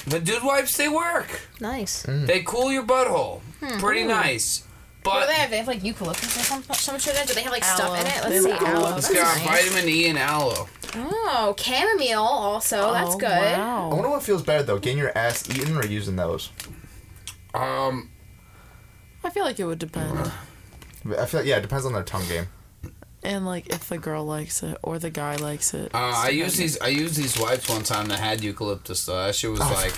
Speaker 5: the dude wipes they work.
Speaker 4: nice.
Speaker 1: Mm. Hmm.
Speaker 5: They cool your butthole.
Speaker 3: Hmm.
Speaker 5: Pretty nice.
Speaker 4: What do
Speaker 5: But
Speaker 4: they have? They have like eucalyptus or some, some shit in it? Do they have like stuff in it?
Speaker 3: Aloe.
Speaker 4: Let's
Speaker 3: They
Speaker 4: see.
Speaker 3: have
Speaker 4: Aloe.
Speaker 3: aloe.
Speaker 4: That's
Speaker 5: it's got
Speaker 4: nice.
Speaker 5: vitamin E and aloe.
Speaker 4: Oh, chamomile also. That's
Speaker 3: Oh,
Speaker 4: good.
Speaker 1: I
Speaker 3: Wow.
Speaker 1: wonder what feels better though, getting your ass eaten or using those.
Speaker 5: Um,
Speaker 3: I feel like it would depend.
Speaker 1: I feel like, yeah, it depends on their tongue game.
Speaker 3: And like if the girl likes it or the guy likes it.
Speaker 5: uh, I used these. I used these wipes one time that had eucalyptus. Though that shit
Speaker 1: Oh,
Speaker 5: was like.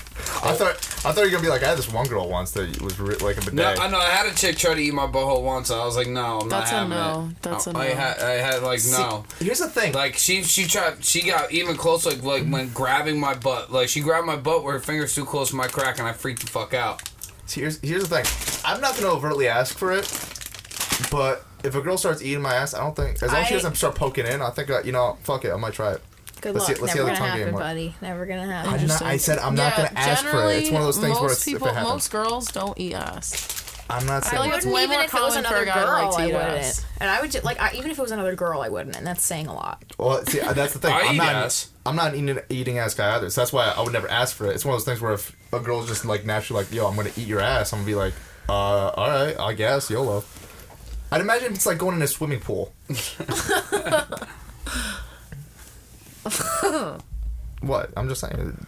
Speaker 1: I thought I thought you were gonna be like I had this one girl once that was re- like a bidet.
Speaker 5: No, I know. I had a chick try to eat my butthole once. And I was like, no, I'm
Speaker 3: That's a
Speaker 5: not having
Speaker 3: no.
Speaker 5: it.
Speaker 3: That's a
Speaker 5: I
Speaker 3: no.
Speaker 5: had, I had like no.
Speaker 1: Here's the thing.
Speaker 5: Like she, she tried. She got even closer. Like, like when grabbing my butt. Like she grabbed my butt where her fingers too close to my crack, and I freaked the fuck out.
Speaker 1: here's here's the thing. I'm not gonna overtly ask for it, but if a girl starts eating my ass, I don't think as long as she
Speaker 4: I-
Speaker 1: doesn't start poking in, I think uh, you know, fuck it, I might try it.
Speaker 4: Good
Speaker 1: Let's see-
Speaker 4: luck.
Speaker 1: let's see
Speaker 4: Never
Speaker 1: how the
Speaker 4: gonna
Speaker 1: tongue game
Speaker 4: happen,
Speaker 1: works.
Speaker 4: buddy. Never gonna
Speaker 1: I,
Speaker 4: happen.
Speaker 1: did not, I said I'm not gonna ask for it. It's one of those things
Speaker 3: most
Speaker 1: where it's,
Speaker 3: people,
Speaker 1: if it happens,
Speaker 3: most girls don't eat ass.
Speaker 1: I'm not
Speaker 4: I
Speaker 1: saying.
Speaker 3: like-
Speaker 4: wouldn't
Speaker 3: it's way
Speaker 4: even
Speaker 3: more
Speaker 4: if it was
Speaker 3: common for a
Speaker 4: another
Speaker 3: guy
Speaker 4: girl.
Speaker 3: to like
Speaker 4: I
Speaker 3: to eat ass.
Speaker 4: wouldn't. And I would just, like I, even if it was another girl, I wouldn't. And that's saying a lot.
Speaker 1: well, see, uh, that's the thing.
Speaker 5: I
Speaker 1: am
Speaker 5: eat
Speaker 1: not.
Speaker 5: ass.
Speaker 1: I'm not eating eating ass guy either. So that's why I would never ask for it. It's one of those things where if a girl's just like naturally like, yo, I'm gonna eat your ass, I'm gonna be like, uh, all right, I guess YOLO. I'd imagine it's like going in a swimming pool. what? I'm just saying.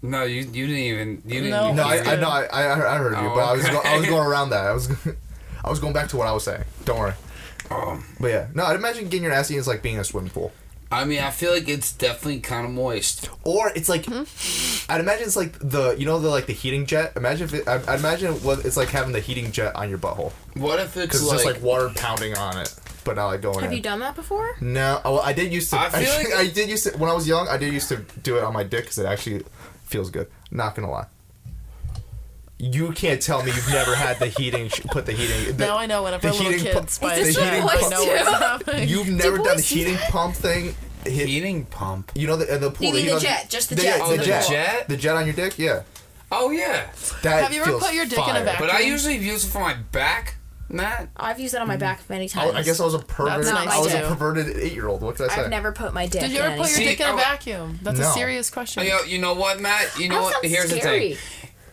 Speaker 5: No, you, you didn't even. You didn't.
Speaker 3: No.
Speaker 5: even
Speaker 1: No,
Speaker 5: hear
Speaker 1: I, I
Speaker 5: it.
Speaker 1: no, I, I I heard you,
Speaker 5: Oh,
Speaker 1: but I was go, I was
Speaker 5: okay.
Speaker 1: going around that. I was I was going back to what I was saying. Don't worry.
Speaker 5: Um,
Speaker 1: But yeah, no, I'd imagine getting your ass eaten is like being in a swimming pool,
Speaker 5: I mean, I feel like it's definitely kind of moist.
Speaker 1: or it's like
Speaker 4: Hmm?
Speaker 1: I'd imagine it's like the you know the like the heating jet. Imagine if it, I, I'd imagine what it's like having the heating jet on your butthole
Speaker 5: What if it's
Speaker 1: because it's
Speaker 5: like?
Speaker 1: just like water pounding on it, but not like going
Speaker 4: Have
Speaker 1: in.
Speaker 4: you done that before?
Speaker 1: no, oh, well, I did used to.
Speaker 5: I feel like-
Speaker 1: I did used to when I was young. I did used to do it on my dick because it actually feels good. Not gonna lie. You can't tell me you've never had the heating. sh- Put the heating. the-
Speaker 3: Now I know whenever
Speaker 1: the
Speaker 3: little
Speaker 1: heating
Speaker 3: kids
Speaker 1: pu-
Speaker 3: buy
Speaker 1: the
Speaker 3: a
Speaker 1: heating
Speaker 3: jet, I
Speaker 1: pump-
Speaker 3: know what's happening.
Speaker 1: You've never done the
Speaker 4: boys do
Speaker 1: heating pump thing. Hit-
Speaker 5: heating pump.
Speaker 1: You know the uh, the pool.
Speaker 4: Meaning
Speaker 1: you
Speaker 4: the
Speaker 1: know,
Speaker 4: jet, just the
Speaker 1: the,
Speaker 4: jet.
Speaker 1: yeah,
Speaker 5: Oh,
Speaker 1: the
Speaker 5: the
Speaker 1: jet.
Speaker 5: jet?
Speaker 1: The jet on your dick. Yeah.
Speaker 5: Oh yeah,
Speaker 1: That
Speaker 3: Have you ever
Speaker 1: feels
Speaker 3: put your dick in a
Speaker 1: fire.
Speaker 3: vacuum?
Speaker 5: but I usually use it for my back. Matt.
Speaker 4: I've used that on my back many
Speaker 1: Mm. I,
Speaker 4: times.
Speaker 1: I guess I was a pervert.
Speaker 3: That's
Speaker 4: nice
Speaker 1: I was a
Speaker 3: too.
Speaker 1: perverted eight year old. What could I say?
Speaker 4: I've never put my dick.
Speaker 3: Did you ever
Speaker 4: in
Speaker 3: put your
Speaker 5: See,
Speaker 3: dick in a
Speaker 5: I-
Speaker 3: vacuum? That's
Speaker 1: No. uh,
Speaker 3: a serious question.
Speaker 5: Yo, you know what, Matt? You know
Speaker 4: That
Speaker 5: what?
Speaker 4: sounds
Speaker 5: Here's
Speaker 4: scary.
Speaker 5: the thing.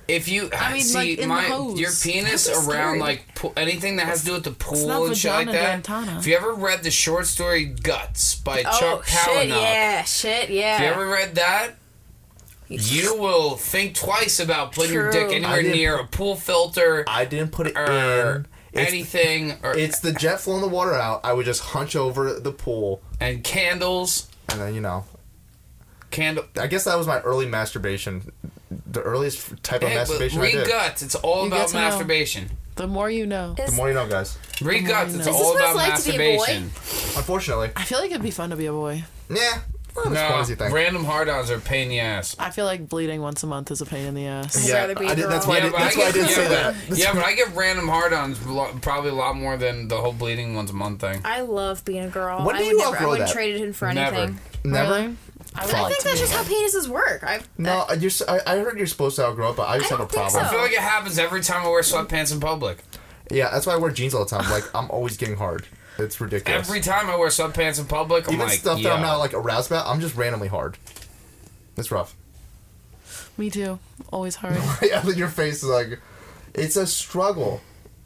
Speaker 5: If you I
Speaker 3: I mean,
Speaker 5: see
Speaker 3: like, in
Speaker 5: my
Speaker 3: the hose.
Speaker 5: your penis
Speaker 4: That'd be
Speaker 5: around
Speaker 4: scary.
Speaker 5: like po- anything that has to do with the pool
Speaker 3: not
Speaker 5: and shit like
Speaker 3: vagina
Speaker 5: that.
Speaker 3: dentata.
Speaker 5: If you ever read the short story Guts by
Speaker 4: Oh
Speaker 5: Chuck
Speaker 4: shit!
Speaker 5: Palahniuk,
Speaker 4: Yeah, shit! Yeah.
Speaker 5: if you ever read that, you will think twice about putting your
Speaker 4: True.
Speaker 5: dick
Speaker 1: I
Speaker 5: anywhere
Speaker 1: didn't-
Speaker 5: near a pool filter
Speaker 1: I didn't put it
Speaker 5: or
Speaker 1: in. It's,
Speaker 5: anything or
Speaker 1: it's the jet flowing the water out. I would just hunch over the pool,
Speaker 5: and candles.
Speaker 1: and then you know.
Speaker 5: Candle.
Speaker 1: I guess that was my early masturbation. The earliest type of
Speaker 5: Hey, but
Speaker 1: masturbation I
Speaker 5: read
Speaker 1: did.
Speaker 5: Guts. It's all
Speaker 3: You get
Speaker 5: about
Speaker 3: to know.
Speaker 5: masturbation.
Speaker 3: The more you know.
Speaker 1: The more you know, guys.
Speaker 5: Read Guts. It's
Speaker 3: Is
Speaker 4: this
Speaker 5: all
Speaker 4: what it's
Speaker 5: about
Speaker 4: like to be a boy?
Speaker 5: masturbation.
Speaker 1: Unfortunately,
Speaker 3: I feel like it'd be fun to be a boy.
Speaker 1: yeah. Not as fun
Speaker 5: No,
Speaker 1: as you think.
Speaker 5: random hard-ons are a pain in the ass.
Speaker 3: I feel like bleeding once a month is a pain in the ass.
Speaker 4: I'd
Speaker 1: yeah,
Speaker 4: rather be a
Speaker 1: I did, that's
Speaker 4: girl.
Speaker 1: why I did,
Speaker 5: but
Speaker 1: that's why I
Speaker 5: get-
Speaker 1: did say
Speaker 5: yeah,
Speaker 1: that.
Speaker 5: But, yeah, but I get random hard-ons lo- probably a lot more than the whole bleeding ones a month thing.
Speaker 4: I love being a girl.
Speaker 1: When
Speaker 4: I
Speaker 1: do
Speaker 4: would
Speaker 1: you
Speaker 4: never, I
Speaker 1: outgrow
Speaker 4: wouldn't
Speaker 1: that?
Speaker 4: trade it in for
Speaker 5: Never.
Speaker 4: anything.
Speaker 1: Never.
Speaker 3: Really? I would
Speaker 4: I
Speaker 3: like
Speaker 4: think
Speaker 3: to
Speaker 4: that's
Speaker 3: be
Speaker 4: just how penises work. I've,
Speaker 1: No, you're. s- I, I heard you're supposed to outgrow it, but I just
Speaker 4: I
Speaker 1: have a
Speaker 4: don't think
Speaker 1: problem.
Speaker 5: I feel like it happens every time I wear sweatpants in public.
Speaker 1: Yeah, that's why I wear jeans all the time. Like I'm always getting hard. It's ridiculous.
Speaker 5: Every time I wear sweatpants in public, I'm
Speaker 1: Even
Speaker 5: like,
Speaker 1: stuff that I'm
Speaker 5: yo.
Speaker 1: not like aroused about, I'm just randomly hard. It's rough.
Speaker 3: Me too. Always hard.
Speaker 1: yeah, but your face is like, it's a struggle.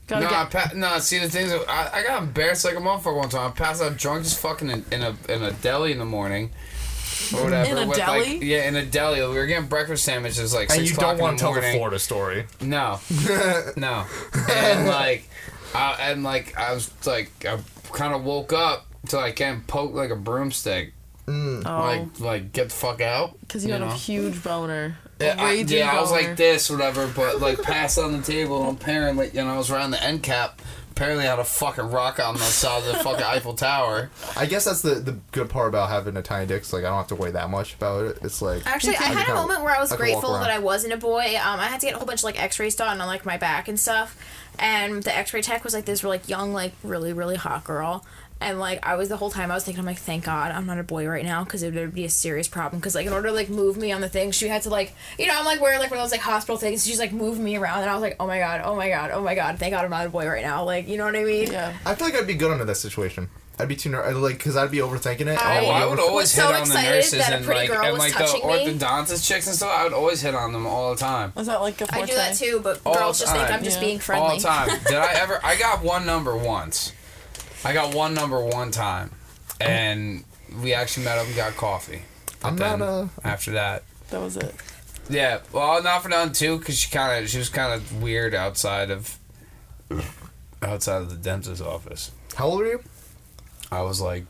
Speaker 3: Gotta
Speaker 5: no, I
Speaker 3: get.
Speaker 5: pa- no. See the things I, I got embarrassed like a motherfucker one time. I passed out drunk as fucking in, in a in a deli in the morning, or whatever.
Speaker 3: In a
Speaker 5: with, like-
Speaker 3: deli?
Speaker 5: yeah, in a deli. We were getting breakfast sandwiches like
Speaker 1: And
Speaker 5: six
Speaker 1: you
Speaker 5: o'clock
Speaker 1: don't want
Speaker 5: in
Speaker 1: to
Speaker 5: the
Speaker 1: tell the
Speaker 5: morning.
Speaker 1: Florida story.
Speaker 5: No, no, and like, I, and like I was like I kind of woke up till I can poke like a broomstick,
Speaker 3: Oh,
Speaker 5: like like get the fuck out.
Speaker 3: because you had a
Speaker 5: know?
Speaker 3: huge boner
Speaker 5: Yeah, I,
Speaker 3: Raging
Speaker 5: yeah, I was
Speaker 3: boner.
Speaker 5: like this, whatever, but like passed on the table and apparently, you know, I was around the end cap. Apparently, I had a fucking rock on the side of the fucking Eiffel Tower.
Speaker 1: I guess that's the, the good part about having a tiny dick. It's like I don't have to worry that much about it. It's like
Speaker 4: Actually, I
Speaker 1: can
Speaker 4: had a
Speaker 1: kinda-
Speaker 4: moment where I was
Speaker 1: I can walk
Speaker 4: grateful
Speaker 1: around.
Speaker 4: that I wasn't a boy. Um, I had to get a whole bunch of like X-rays done on like my back and stuff, and the X-ray tech was like this like young, like really, really hot girl, and like I was the whole time I was thinking, I'm like, thank God I'm not a boy right now because it would be a serious problem. Because like in order to like move me on the thing, she had to like you know I'm like wearing like one of those like hospital things. She's like moving me around, and I was like, oh my god, oh my god, oh my god, thank God I'm not a boy right now. Like you know what I mean?
Speaker 3: Yeah.
Speaker 1: I feel like I'd be good under that situation. I'd be too nervous, like, because I'd be overthinking it.
Speaker 4: I-
Speaker 1: I'd be
Speaker 5: Oh, I would
Speaker 1: over-
Speaker 5: always
Speaker 4: was
Speaker 5: hit
Speaker 4: so
Speaker 5: on the
Speaker 4: excited
Speaker 5: nurses
Speaker 4: that a
Speaker 5: and
Speaker 4: pretty
Speaker 5: like,
Speaker 4: girl
Speaker 5: and
Speaker 4: was
Speaker 5: like the
Speaker 4: touching me.
Speaker 5: orthodontist chicks and stuff. I would always hit on them all the time.
Speaker 3: Was that like a forte?
Speaker 4: I do that too, but
Speaker 5: All
Speaker 4: girls just think
Speaker 5: time.
Speaker 4: I'm just
Speaker 3: Yeah.
Speaker 4: being friendly.
Speaker 5: All the time. Did I ever? I got one number once. I got one number one time, and we actually met up and got coffee. But
Speaker 1: I'm
Speaker 5: then
Speaker 1: not uh
Speaker 5: after that.
Speaker 3: That was it.
Speaker 5: Yeah, well, not for none too, because she kind of she was kind of weird outside of outside of the dentist's office.
Speaker 1: How old are you?
Speaker 5: I was like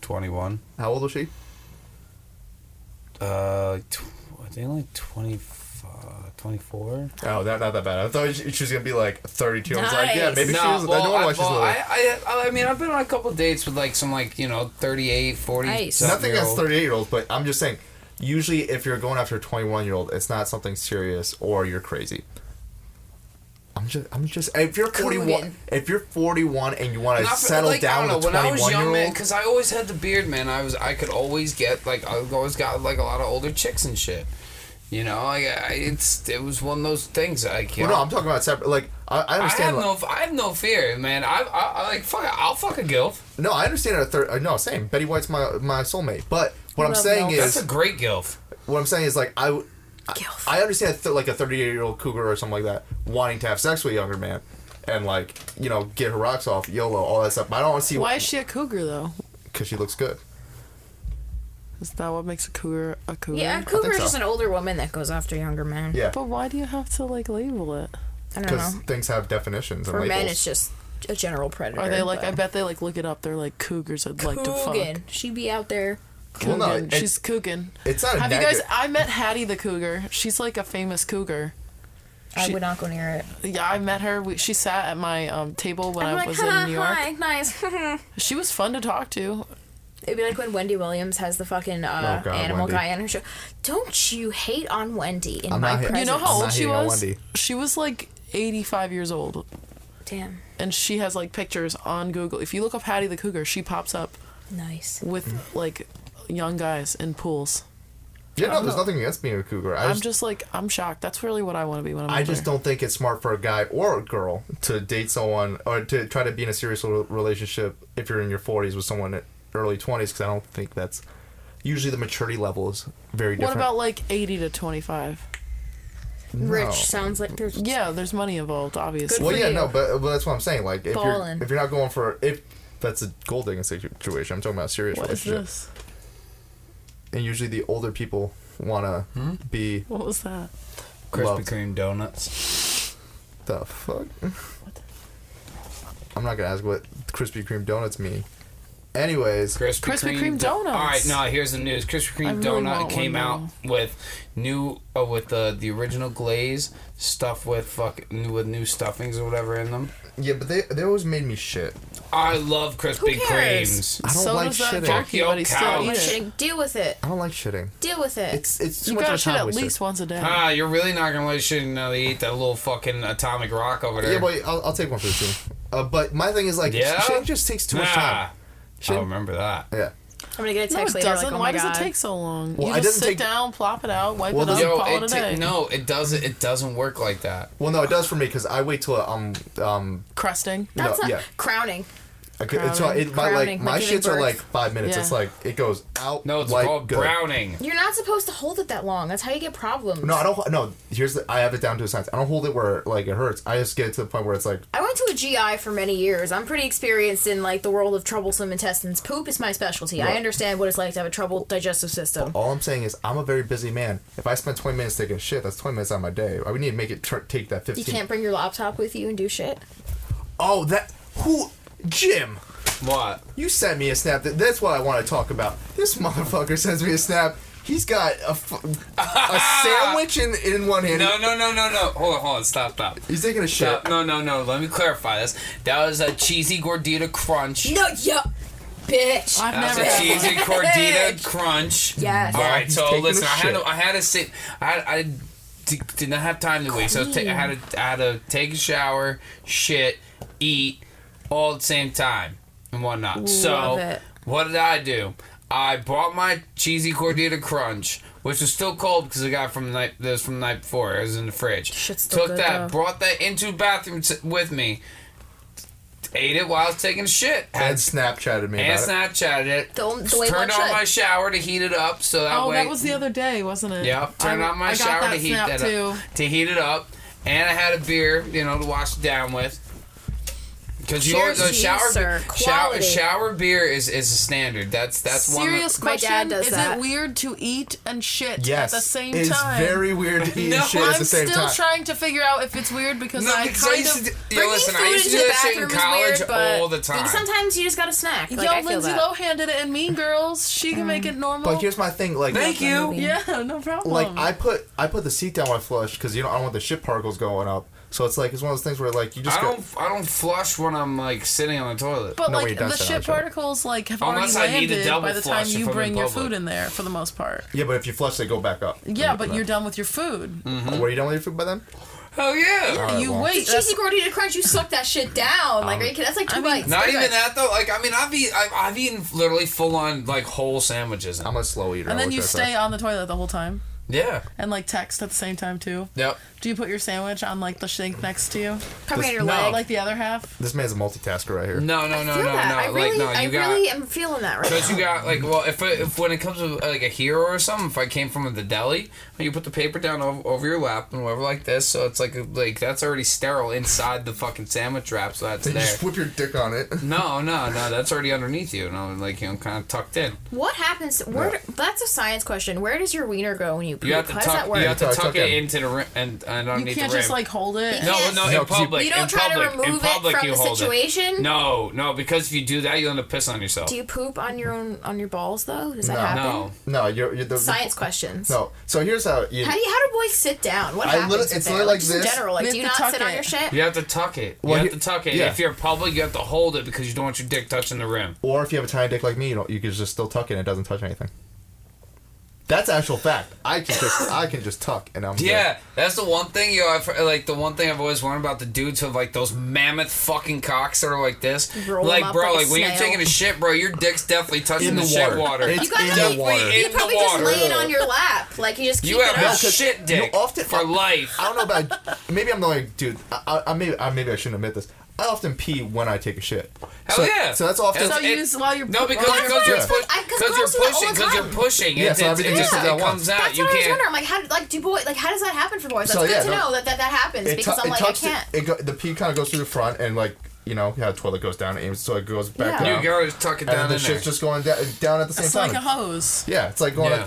Speaker 5: twenty one.
Speaker 1: How old was she?
Speaker 5: Uh, tw- I think like 25, 24?
Speaker 1: Oh, that, not that bad. I thought she, she was gonna be like 32. I was like, yeah,
Speaker 4: Nice.
Speaker 1: maybe she was. I don't know why
Speaker 5: I,
Speaker 1: she's
Speaker 5: well,
Speaker 1: little.
Speaker 5: I, I, I, I mean, I've been on a couple dates with like some like you know 38, 40.
Speaker 4: Nice.
Speaker 5: something
Speaker 1: Nothing
Speaker 5: year
Speaker 1: against
Speaker 5: old.
Speaker 1: 38 year olds, but I'm just saying, usually if you're going after a 21 year old, it's not something serious or you're crazy. I'm just, I'm just. If you're 41,
Speaker 4: Coogan.
Speaker 1: if you're 41 and you want to
Speaker 5: Not for-
Speaker 1: settle
Speaker 5: like, I
Speaker 1: down
Speaker 5: don't
Speaker 1: with
Speaker 5: know,
Speaker 1: a
Speaker 5: when I was
Speaker 1: 21
Speaker 5: young,
Speaker 1: year
Speaker 5: man,
Speaker 1: old,
Speaker 5: because I always had the beard, man. I was I could always get like I always got like a lot of older chicks and shit. You know, like I, it's it was one of those things. I
Speaker 1: well,
Speaker 5: can't.
Speaker 1: no, I'm talking about separate. Like, I, I
Speaker 5: I have
Speaker 1: understand. like,
Speaker 5: no, I have no fear, man. I, I, I like fuck. I'll fuck a gilf.
Speaker 1: no, I understand. At a thir- uh, no, same. Betty White's my my soulmate. But what I'm
Speaker 3: Love
Speaker 1: saying
Speaker 3: milf.
Speaker 1: is,
Speaker 5: That's a great gilf.
Speaker 1: what I'm saying is like I, w- I-
Speaker 4: Gilf.
Speaker 1: I understand th- like a 38 year old cougar or something like that wanting to have sex with a younger man, and like you know get her rocks off, YOLO, all that stuff. But I don't want to see
Speaker 3: Why is she a cougar though?
Speaker 1: because she looks good.
Speaker 3: Is that what makes a cougar a cougar?
Speaker 5: Mm-hmm.
Speaker 4: Yeah, cougar is
Speaker 1: so.
Speaker 4: just an older woman that goes after younger men.
Speaker 1: Yeah,
Speaker 3: But why do you have to like label it?
Speaker 4: I don't know.
Speaker 1: because things have definitions
Speaker 4: For
Speaker 1: and labels.
Speaker 4: men, it's just a general predator.
Speaker 3: Are they like? I
Speaker 4: but-
Speaker 3: bet they like look it up. They're like cougars. I'd like to fuck.
Speaker 4: Coogan. She be out there.
Speaker 1: Well,
Speaker 3: Coogan.
Speaker 1: no, it-
Speaker 3: She's Coogan.
Speaker 1: it's not a
Speaker 3: Have you
Speaker 1: negative.
Speaker 3: guys? I met Hattie the cougar. She's like a famous cougar.
Speaker 4: I
Speaker 3: She-
Speaker 4: would not go near it.
Speaker 3: Yeah, I met her. We, she sat at my um, table when
Speaker 4: I'm
Speaker 3: I
Speaker 4: like,
Speaker 3: was
Speaker 4: "Huh,
Speaker 3: in New York.
Speaker 4: hi, nice. It'd
Speaker 3: She was fun to talk to.
Speaker 4: be like when Wendy Williams has the fucking uh,
Speaker 1: Oh, God,
Speaker 4: animal
Speaker 1: Wendy.
Speaker 4: guy on her show. Don't you hate on Wendy in
Speaker 1: I'm
Speaker 4: my
Speaker 1: not hit-
Speaker 4: presence?
Speaker 3: You
Speaker 1: I'm
Speaker 3: know how
Speaker 1: not
Speaker 3: old she
Speaker 1: hating on
Speaker 3: was?
Speaker 1: Wendy.
Speaker 3: She was like 85 years old,
Speaker 4: Damn,
Speaker 3: and she has like pictures on Google. If you look up Hattie the cougar, she pops up
Speaker 4: nice.
Speaker 3: with like young guys in pools.
Speaker 1: yeah, no, there's nothing against being a cougar. I
Speaker 3: I'm
Speaker 1: just,
Speaker 3: just like I'm shocked. That's really what I want to be when I'm.
Speaker 1: I
Speaker 3: older.
Speaker 1: just don't think it's smart for a guy or a girl to date someone or to try to be in a serious re- relationship if you're in your 40s with someone at early 20s because I don't think that's usually the maturity level is very
Speaker 3: What
Speaker 1: different.
Speaker 3: about like 80 to 25?
Speaker 1: No.
Speaker 4: Rich sounds like there's.
Speaker 3: Yeah, there's money involved, obviously.
Speaker 1: Well,
Speaker 4: for
Speaker 1: yeah,
Speaker 4: you.
Speaker 1: no, but, but that's what I'm saying. Like, if
Speaker 4: Ballin'.
Speaker 1: you're if you're not going for if that's a gold digging situation, I'm talking about a serious
Speaker 3: What is
Speaker 1: relationship.
Speaker 3: this?
Speaker 1: And usually, the older people want to be
Speaker 3: What was that?
Speaker 1: Love.
Speaker 5: Krispy Kreme donuts.
Speaker 1: the fuck. I'm not gonna ask what Krispy Kreme donuts mean. Anyways,
Speaker 5: Krispy,
Speaker 3: Krispy Kreme
Speaker 5: do-
Speaker 3: donuts.
Speaker 5: All right, now here's the news. Krispy
Speaker 3: I
Speaker 5: Kreme
Speaker 3: really
Speaker 5: donut
Speaker 3: want
Speaker 5: came
Speaker 3: one
Speaker 5: out
Speaker 3: now.
Speaker 5: with new uh, with the the original glaze stuff with fuck with new stuffings or whatever in them.
Speaker 1: yeah, but they they always made me shit.
Speaker 5: I love Krispy
Speaker 4: Who cares?
Speaker 5: Kremes.
Speaker 1: I don't
Speaker 3: so
Speaker 1: like
Speaker 3: does that
Speaker 1: shitting.
Speaker 5: Fuck
Speaker 3: jerky,
Speaker 5: your
Speaker 3: but he's
Speaker 5: couch.
Speaker 3: still
Speaker 4: You
Speaker 3: eat it.
Speaker 4: should deal with it.
Speaker 1: I don't like shitting.
Speaker 4: Deal with it.
Speaker 1: It's it's too
Speaker 3: You
Speaker 1: much of
Speaker 3: gotta
Speaker 1: a
Speaker 3: shit
Speaker 1: time
Speaker 3: at
Speaker 1: waster.
Speaker 3: least once a day.
Speaker 5: Ah, you're really not gonna let shit now they eat that little fucking atomic rock over there.
Speaker 1: Yeah, but I'll, I'll take one for the team. Uh, but my thing is like,
Speaker 5: Yeah?
Speaker 1: shitting just takes too much time.
Speaker 5: I
Speaker 1: Shitting-
Speaker 5: remember that.
Speaker 1: yeah.
Speaker 4: I'm gonna get a
Speaker 3: no, it
Speaker 4: text
Speaker 3: doesn't.
Speaker 4: later. Like, oh
Speaker 3: Why
Speaker 4: my
Speaker 3: does
Speaker 4: God.
Speaker 3: it take so long?
Speaker 1: Well,
Speaker 3: you
Speaker 1: it
Speaker 3: just
Speaker 1: doesn't
Speaker 3: sit
Speaker 1: take-
Speaker 3: down, plop it out, wipe
Speaker 1: Well,
Speaker 3: it up,
Speaker 5: Yo,
Speaker 3: call it a
Speaker 5: it ta-
Speaker 3: day.
Speaker 5: no, it doesn't. It doesn't work like that.
Speaker 1: Well, no, it does for me because I wait till I'm um
Speaker 3: Crusting.
Speaker 1: No,
Speaker 4: That's not
Speaker 1: yeah.
Speaker 4: crowning.
Speaker 1: Okay, it's all- it, my, like
Speaker 4: Crowning,
Speaker 1: my
Speaker 4: like giving
Speaker 1: shits are
Speaker 4: birth.
Speaker 1: like five minutes. It's
Speaker 3: Yeah.
Speaker 1: like it goes out.
Speaker 5: No, it's
Speaker 1: like,
Speaker 5: called
Speaker 1: good.
Speaker 5: browning.
Speaker 4: You're not supposed to hold it that long. That's how you get problems.
Speaker 1: No, I don't. No, here's the, I have it down to a science. I don't hold it where like it hurts. I just get to the point where it's like
Speaker 4: I went to a GI for many years. I'm pretty experienced in like the world of troublesome intestines. Poop is my specialty. I
Speaker 1: Right.
Speaker 4: understand what it's like to have a troubled digestive system.
Speaker 5: Oh,
Speaker 1: all I'm saying is I'm a very busy man. If I spend 20 minutes taking a shit, that's 20 minutes out of my day. I would need to make it tur take that 15.
Speaker 4: You can't bring your laptop with you and do shit.
Speaker 1: Oh, that who Jim.
Speaker 5: What?
Speaker 1: You sent me a snap. That, that's what I want to talk about. This motherfucker sends me a snap. He's got a, f- a sandwich in, in one hand.
Speaker 5: No, no, no, no, no. Hold on, hold on. Stop, stop.
Speaker 1: He's taking a shit.
Speaker 5: Stop. No, no, no. Let me clarify this. That was a cheesy gordita crunch.
Speaker 4: No, yup. Bitch.
Speaker 3: I've
Speaker 5: That was
Speaker 3: never
Speaker 5: a
Speaker 3: had
Speaker 5: cheesy
Speaker 3: one.
Speaker 5: gordita crunch.
Speaker 4: Yes.
Speaker 5: All right.
Speaker 1: He's
Speaker 5: So
Speaker 1: taking
Speaker 5: listen,
Speaker 1: a
Speaker 5: I had
Speaker 1: shit.
Speaker 5: to, I had to sit. I I d- did not have time to wait. So I, was ta- I had to I had to take a shower, shit, eat, all at the same time and whatnot. so
Speaker 4: Love it.
Speaker 5: what did I do? I bought my cheesy gordita crunch, which was still cold because I got it from the night. This was from the night before. It was in the fridge.
Speaker 4: Shit's still
Speaker 5: Took
Speaker 4: good,
Speaker 5: that,
Speaker 4: though.
Speaker 5: brought that into the bathroom t- with me. Ate it while I was taking a shit.
Speaker 1: Ed
Speaker 5: Had
Speaker 1: Snapchatted me
Speaker 5: and
Speaker 1: about it.
Speaker 5: Snapchatted it.
Speaker 4: The on- the way
Speaker 5: turned
Speaker 4: one
Speaker 5: on
Speaker 4: should.
Speaker 5: my shower to heat it up, so that
Speaker 3: Oh,
Speaker 5: way.
Speaker 3: that was the other day, wasn't it?
Speaker 5: Yep. Turned
Speaker 3: I-
Speaker 5: on my
Speaker 3: I got
Speaker 5: shower
Speaker 3: that
Speaker 5: to heat
Speaker 3: snap
Speaker 5: that
Speaker 3: too.
Speaker 5: up. To heat it up, and I had a beer, you know, to wash it down with. Because you always the
Speaker 4: Cheers to you,
Speaker 5: shower,
Speaker 4: sir.
Speaker 5: shower
Speaker 4: Quality.
Speaker 5: shower beer is is a standard. That's that's
Speaker 3: Serious
Speaker 4: My
Speaker 3: question.
Speaker 4: dad does
Speaker 3: is
Speaker 4: that.
Speaker 3: it weird to eat and shit
Speaker 1: Yes.
Speaker 3: at the same
Speaker 1: it's
Speaker 3: time?
Speaker 1: very weird to eat
Speaker 5: No,
Speaker 1: shit at
Speaker 3: I'm
Speaker 1: the same
Speaker 3: still
Speaker 1: time.
Speaker 3: trying to figure out if it's weird because
Speaker 5: No,
Speaker 3: I
Speaker 5: because I
Speaker 3: kind
Speaker 5: used to
Speaker 3: of.
Speaker 5: do- Yo,
Speaker 4: Bringing
Speaker 5: listen, I
Speaker 4: food
Speaker 5: used to
Speaker 4: into
Speaker 5: do
Speaker 4: the
Speaker 5: that shit in
Speaker 4: bathroom is
Speaker 5: college
Speaker 4: weird, but
Speaker 5: all the time.
Speaker 4: sometimes you just got a snack.
Speaker 3: yo,
Speaker 4: Like, I feel
Speaker 3: Lindsay
Speaker 4: that. Mm-hmm.
Speaker 3: Lohan did it in Mean Girls. She can make it normal.
Speaker 1: But here's my thing, like
Speaker 5: one. Thank you.
Speaker 3: yeah, no problem.
Speaker 1: like I put I put the seat down when I flush because you know I don't want the shit particles going up. So it's like it's one of those things where like you just
Speaker 5: I
Speaker 1: go-
Speaker 5: don't I don't flush when I'm like sitting on the toilet.
Speaker 3: But
Speaker 1: No,
Speaker 3: like
Speaker 1: wait,
Speaker 3: the
Speaker 1: that's
Speaker 3: shit
Speaker 1: actually-
Speaker 3: particles like have
Speaker 5: Unless
Speaker 3: already
Speaker 5: I need to
Speaker 3: landed
Speaker 5: double
Speaker 3: by the time
Speaker 5: flush if
Speaker 3: you
Speaker 5: I'm in
Speaker 3: bring your
Speaker 5: public.
Speaker 3: food in there for the most part.
Speaker 1: yeah, but if you flush, they go back up.
Speaker 3: Yeah, but you're done with your food.
Speaker 1: Oh, were you done with your food by then?
Speaker 5: Hell yeah.
Speaker 1: Alright,
Speaker 3: you
Speaker 1: well.
Speaker 3: wait.
Speaker 4: It's
Speaker 3: that's-
Speaker 4: cheesy gordita crunch. You suck that shit down. Like, are you kidding? That's like
Speaker 3: I
Speaker 4: two
Speaker 3: mean,
Speaker 4: bites.
Speaker 5: Um, Not
Speaker 4: three
Speaker 5: even
Speaker 4: bites.
Speaker 5: that though. Like I mean, I've eat, I've, I've eaten literally full on like whole sandwiches.
Speaker 1: I'm a slow eater.
Speaker 3: and
Speaker 1: I
Speaker 3: then
Speaker 1: wish
Speaker 3: you
Speaker 1: I
Speaker 3: stay
Speaker 1: said.
Speaker 3: on the toilet the whole time
Speaker 5: yeah.
Speaker 3: and like text at the same time too.
Speaker 5: Yep.
Speaker 3: Do you put your sandwich on like the sink next to you?
Speaker 4: Probably on your
Speaker 1: No.
Speaker 4: leg.
Speaker 3: Like the other half?
Speaker 1: This man's a multitasker right here.
Speaker 5: No, no,
Speaker 4: I
Speaker 5: no,
Speaker 4: feel
Speaker 5: no,
Speaker 4: that.
Speaker 5: no.
Speaker 4: I really,
Speaker 5: like no,
Speaker 4: I
Speaker 5: you got.
Speaker 4: really am feeling that right
Speaker 5: Because
Speaker 4: now.
Speaker 5: you got like well, if, if when it comes to like a hero or something, if I came from the deli, you put the paper down over, over your lap and whatever like this, so it's like like that's already sterile inside the fucking sandwich wrap, so that's
Speaker 1: Then you
Speaker 5: there.
Speaker 1: just whip your dick on it.
Speaker 5: No, no, no, that's already underneath you, and I'm like you know kind of tucked in.
Speaker 4: What happens? Where? do- That's a science question. Where does your wiener go when you poop?
Speaker 5: You have to
Speaker 4: How does
Speaker 5: tuck.
Speaker 4: that work?
Speaker 5: You have to
Speaker 1: Tuck,
Speaker 5: tuck,
Speaker 1: tuck
Speaker 5: it
Speaker 1: in.
Speaker 5: into the rim and, and
Speaker 3: You
Speaker 5: underneath
Speaker 3: can't
Speaker 5: the rim.
Speaker 3: just like hold it.
Speaker 5: no,
Speaker 4: Yes.
Speaker 5: no,
Speaker 1: No,
Speaker 5: in
Speaker 1: 'cause you-
Speaker 5: public.
Speaker 4: You don't
Speaker 5: in
Speaker 4: try to
Speaker 5: public, in
Speaker 4: remove it
Speaker 5: public,
Speaker 4: from
Speaker 5: you
Speaker 4: the
Speaker 5: hold it.
Speaker 4: situation?
Speaker 5: No, no, because if you do that, you'll end up pissing on yourself.
Speaker 4: Do you poop on your own on your balls though? Does that
Speaker 1: No.
Speaker 4: happen?
Speaker 5: no,
Speaker 1: No, you're, you're the
Speaker 4: Science questions.
Speaker 1: No, so here's how you.
Speaker 4: How do you, how do boys sit down? What
Speaker 1: I
Speaker 4: happens?
Speaker 1: lit-
Speaker 4: with
Speaker 1: it's
Speaker 4: that?
Speaker 1: lit like
Speaker 4: just
Speaker 1: this.
Speaker 4: In general, like,
Speaker 3: You
Speaker 4: do you
Speaker 3: have
Speaker 4: not
Speaker 3: to
Speaker 4: sit
Speaker 3: tuck
Speaker 4: on your
Speaker 3: it.
Speaker 4: shit?
Speaker 5: you have to tuck it.
Speaker 1: Well,
Speaker 5: you
Speaker 1: he-
Speaker 5: have to tuck it.
Speaker 1: yeah.
Speaker 5: If you're in public, you have to hold it because you don't want your dick touching the rim.
Speaker 1: or if you have a tiny dick like me, you don't. You can just still tuck it and it doesn't touch anything. That's actual fact. I can just I can just tuck and I'm good.
Speaker 5: Yeah, that's the one thing you know, I've, like the one thing I've always wondered about the dudes with like those mammoth fucking cocks that are like this.
Speaker 4: Roll 'em
Speaker 5: like
Speaker 4: up
Speaker 5: bro,
Speaker 4: like a
Speaker 5: like, when you're
Speaker 4: snail.
Speaker 5: taking a shit, bro, your dick's definitely touching
Speaker 1: In
Speaker 5: the,
Speaker 1: the
Speaker 5: shit
Speaker 1: water.
Speaker 5: water.
Speaker 1: It's
Speaker 4: You got
Speaker 1: in
Speaker 4: like,
Speaker 1: the water.
Speaker 4: You
Speaker 5: In the
Speaker 4: probably just
Speaker 5: water.
Speaker 4: lay it on your lap. Like you just keep
Speaker 5: You
Speaker 4: it
Speaker 5: have a
Speaker 4: up.
Speaker 1: No, 'cause
Speaker 5: shit dick
Speaker 1: you often-
Speaker 5: for life.
Speaker 1: I don't know about maybe I'm the only dude. I, I, I maybe I maybe I shouldn't admit this. I often pee when I take a shit.
Speaker 5: Hell
Speaker 1: so,
Speaker 5: yeah.
Speaker 1: So that's often.
Speaker 3: So
Speaker 5: That's-
Speaker 3: you
Speaker 5: it-
Speaker 3: use while you're
Speaker 5: No, because
Speaker 4: Well,
Speaker 5: because you're,
Speaker 1: that's
Speaker 5: pu-
Speaker 4: what- I- 'cause
Speaker 5: because
Speaker 4: girls do
Speaker 5: you're
Speaker 4: that all
Speaker 5: pushing
Speaker 4: the
Speaker 5: because you're
Speaker 4: time.
Speaker 5: pushing.
Speaker 1: Yeah,
Speaker 5: It-
Speaker 1: so
Speaker 5: it-
Speaker 1: everything
Speaker 5: it
Speaker 1: just
Speaker 5: just-
Speaker 1: is at
Speaker 5: it
Speaker 1: once.
Speaker 5: comes out.
Speaker 4: That's
Speaker 5: You
Speaker 4: what I was
Speaker 5: can't.
Speaker 4: wondering. I'm like, how did like do boy like how does that happen for boys? That's
Speaker 1: So,
Speaker 4: good
Speaker 1: yeah,
Speaker 4: to
Speaker 1: no.
Speaker 4: know that that, that happens
Speaker 1: it
Speaker 4: because
Speaker 1: tu-
Speaker 4: I'm
Speaker 1: it
Speaker 4: like I
Speaker 1: tucks-
Speaker 4: can't.
Speaker 1: It, go, the pee kind of goes through the front and like you know how the toilet goes down and aims- so it goes back
Speaker 4: Yeah.
Speaker 1: down.
Speaker 5: You gotta just tuck it
Speaker 1: and
Speaker 5: down
Speaker 1: the
Speaker 5: in there.
Speaker 1: shit's just going down, down at the same
Speaker 3: It's
Speaker 1: time.
Speaker 3: like a hose.
Speaker 1: yeah, it's like going.
Speaker 5: Yeah.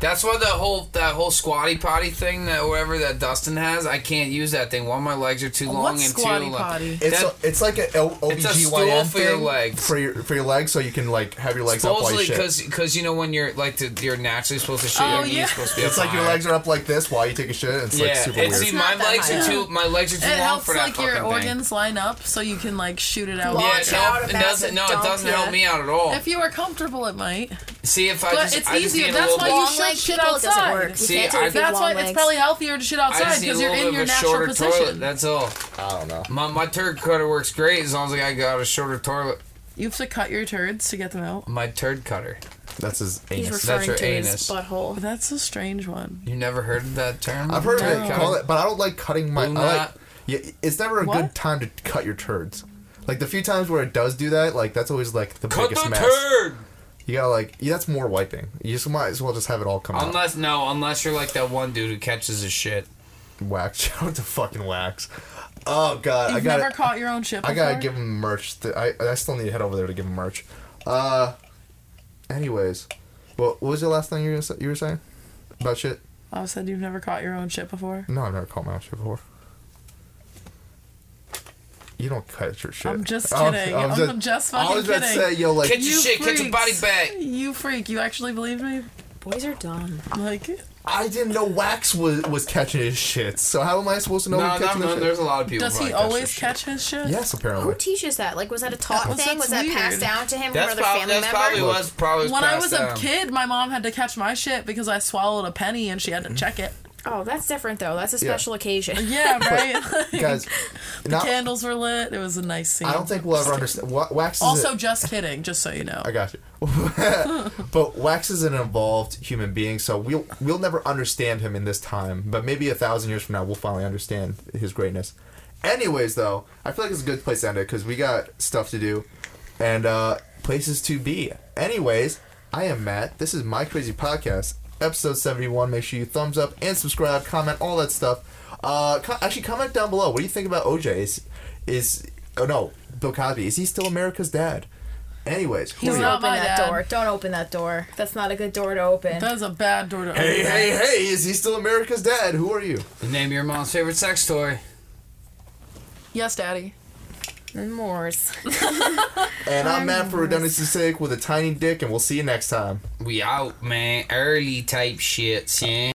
Speaker 5: That's why the whole that whole squatty potty thing that whatever that Dustin has, I can't use that thing. One, my legs are too long
Speaker 3: What's
Speaker 5: and
Speaker 3: squatty
Speaker 5: too
Speaker 3: potty?
Speaker 5: long.
Speaker 1: It's
Speaker 5: That-
Speaker 1: a, it's like an L-
Speaker 5: It's a
Speaker 1: OBGYN
Speaker 5: stool for
Speaker 1: thing
Speaker 5: your legs.
Speaker 1: for your for your legs, so you can like have your legs up while
Speaker 5: Supposedly,
Speaker 1: you shit.
Speaker 5: because you know when you're like the, you're naturally supposed to shit,
Speaker 3: Oh,
Speaker 5: you're
Speaker 3: yeah.
Speaker 5: supposed to be.
Speaker 1: It's
Speaker 5: up
Speaker 1: like your
Speaker 5: high.
Speaker 1: legs are up like this while you take a shit. It's
Speaker 5: Yeah,
Speaker 1: like super
Speaker 5: and see,
Speaker 1: weird.
Speaker 5: my
Speaker 4: It's not that
Speaker 5: legs are
Speaker 4: high.
Speaker 5: too my legs are too
Speaker 3: It
Speaker 5: long
Speaker 3: helps
Speaker 5: for that
Speaker 3: like your
Speaker 5: fucking thing.
Speaker 3: organs line up so you can like shoot it out.
Speaker 4: Yeah.
Speaker 5: Yeah,
Speaker 4: launch
Speaker 5: it,
Speaker 4: out
Speaker 5: help,
Speaker 4: a
Speaker 5: it
Speaker 4: massive
Speaker 5: doesn't. No, it
Speaker 4: dump,
Speaker 5: doesn't
Speaker 4: yeah.
Speaker 5: help me out at all.
Speaker 3: If you were comfortable, it might.
Speaker 5: see, if I
Speaker 3: But
Speaker 5: just,
Speaker 3: it's
Speaker 5: I just
Speaker 3: easier.
Speaker 5: need a
Speaker 3: That's
Speaker 5: little
Speaker 3: why
Speaker 5: bit-
Speaker 3: you
Speaker 4: long
Speaker 3: should
Speaker 4: leg
Speaker 3: shit
Speaker 4: people it doesn't
Speaker 3: outside.
Speaker 4: work. You
Speaker 5: See,
Speaker 4: can't do
Speaker 5: I-
Speaker 4: it if you have
Speaker 3: That's
Speaker 4: long
Speaker 3: why
Speaker 4: legs.
Speaker 3: it's probably healthier to shit
Speaker 5: I
Speaker 3: outside
Speaker 5: just need a
Speaker 3: because you're
Speaker 5: little bit
Speaker 3: in
Speaker 5: of
Speaker 3: your
Speaker 5: a
Speaker 3: natural
Speaker 5: shorter toilet.
Speaker 3: position.
Speaker 5: That's all.
Speaker 1: I don't know.
Speaker 5: My my turd cutter works great as long as like, I got a shorter toilet.
Speaker 3: You have to cut your turds to get them out.
Speaker 5: My turd cutter.
Speaker 1: That's his
Speaker 4: He's
Speaker 1: anus.
Speaker 5: That's
Speaker 4: referring
Speaker 5: your
Speaker 4: to
Speaker 5: anus.
Speaker 4: his butthole.
Speaker 3: That's a strange one.
Speaker 5: You never heard of that term?
Speaker 1: I've heard
Speaker 5: Turd
Speaker 1: of it
Speaker 5: cutter?
Speaker 1: call it, but I don't like cutting my. I
Speaker 5: Do
Speaker 1: like,
Speaker 5: not-
Speaker 1: yeah, it's never a
Speaker 3: What?
Speaker 1: good time to cut your turds. Like the few times where it does do that, like that's always like the
Speaker 5: Cut
Speaker 1: biggest
Speaker 5: the
Speaker 1: mess.
Speaker 5: turd.
Speaker 1: You gotta like yeah, that's more wiping. You just might as well just have it all come out.
Speaker 5: Unless no, unless you're like that one dude who catches his shit.
Speaker 1: Wax. Shout out to fucking wax. Oh god, I
Speaker 3: You've
Speaker 1: got.
Speaker 3: never caught your own shit.
Speaker 1: I gotta
Speaker 3: before?
Speaker 1: give him merch. Th- I I still need to head over there to give him merch. Uh, anyways, what what was the last thing you were gonna say, you were saying about shit?
Speaker 3: Oh, I said you've never caught your own shit before.
Speaker 1: No, I've never caught my own shit before. You don't cut your shit.
Speaker 3: I'm just
Speaker 1: I was-
Speaker 3: kidding.
Speaker 1: I
Speaker 3: I'm
Speaker 1: was
Speaker 3: just
Speaker 1: I was
Speaker 3: fucking
Speaker 1: about to
Speaker 3: kidding.
Speaker 1: say, yo, like,
Speaker 5: Catch your
Speaker 3: You
Speaker 5: shit. Catch your body
Speaker 3: freaks.
Speaker 5: back.
Speaker 3: You freak. You actually believe me?
Speaker 4: Boys are dumb.
Speaker 3: Like,
Speaker 1: I didn't know Wax was was catching his shit. So how am I supposed to know?
Speaker 5: No,
Speaker 1: he
Speaker 5: not,
Speaker 1: catching his
Speaker 5: no,
Speaker 1: shit?
Speaker 5: there's a lot of people.
Speaker 3: does he
Speaker 5: probably
Speaker 3: always
Speaker 5: catch?
Speaker 3: catch his shit?
Speaker 1: Yes, apparently.
Speaker 4: Who teaches that? Like, was that a taught
Speaker 3: Well,
Speaker 4: thing? Was
Speaker 3: that's
Speaker 4: that passed
Speaker 3: weird.
Speaker 4: down to him
Speaker 5: That's,
Speaker 4: from another
Speaker 5: prob-
Speaker 4: family
Speaker 5: that's
Speaker 4: member?
Speaker 5: probably was probably
Speaker 3: When I was
Speaker 5: passed
Speaker 3: a
Speaker 1: um,
Speaker 5: down.
Speaker 3: kid, my mom had to catch my shit because I swallowed a penny and she had to check it.
Speaker 4: Oh, that's different though. That's a special occasion.
Speaker 3: Yeah, right. Like,
Speaker 1: Guys, not,
Speaker 3: candles were lit. It was a nice scene.
Speaker 1: I don't think we'll ever understand. Wa- Wax is
Speaker 3: Also,
Speaker 1: a-
Speaker 3: just kidding. Just so you know.
Speaker 1: I got you. but Wax is an evolved human being, so we'll we'll never understand him in this time. But maybe a thousand years from now, we'll finally understand his greatness. Anyways, though, I feel like it's a good place to end it because we got stuff to do and uh, places to be. Anyways, I am Matt. This is my crazy podcast, episode seventy-one. Make sure you thumbs up and subscribe, comment, all that stuff. Uh, co- actually, comment down below. What do you think about OJ? Is is oh no, Bill Cosby? Is he still America's dad? Anyways,
Speaker 3: He's
Speaker 1: Julio.
Speaker 4: Don't
Speaker 3: Not
Speaker 4: open
Speaker 3: my
Speaker 4: that
Speaker 3: dad.
Speaker 4: door. Don't open that door. That's not a good door to open.
Speaker 3: That was a bad door to open.
Speaker 1: Hey, hey, hey, is he still America's dad? Who are you?
Speaker 5: Name your mom's favorite sex toy.
Speaker 3: Yes, Daddy.
Speaker 4: Moors.
Speaker 1: And I'm Matt for redundancy's sake with a tiny dick, and we'll see you next time.
Speaker 5: We out, man. Early type shit, son.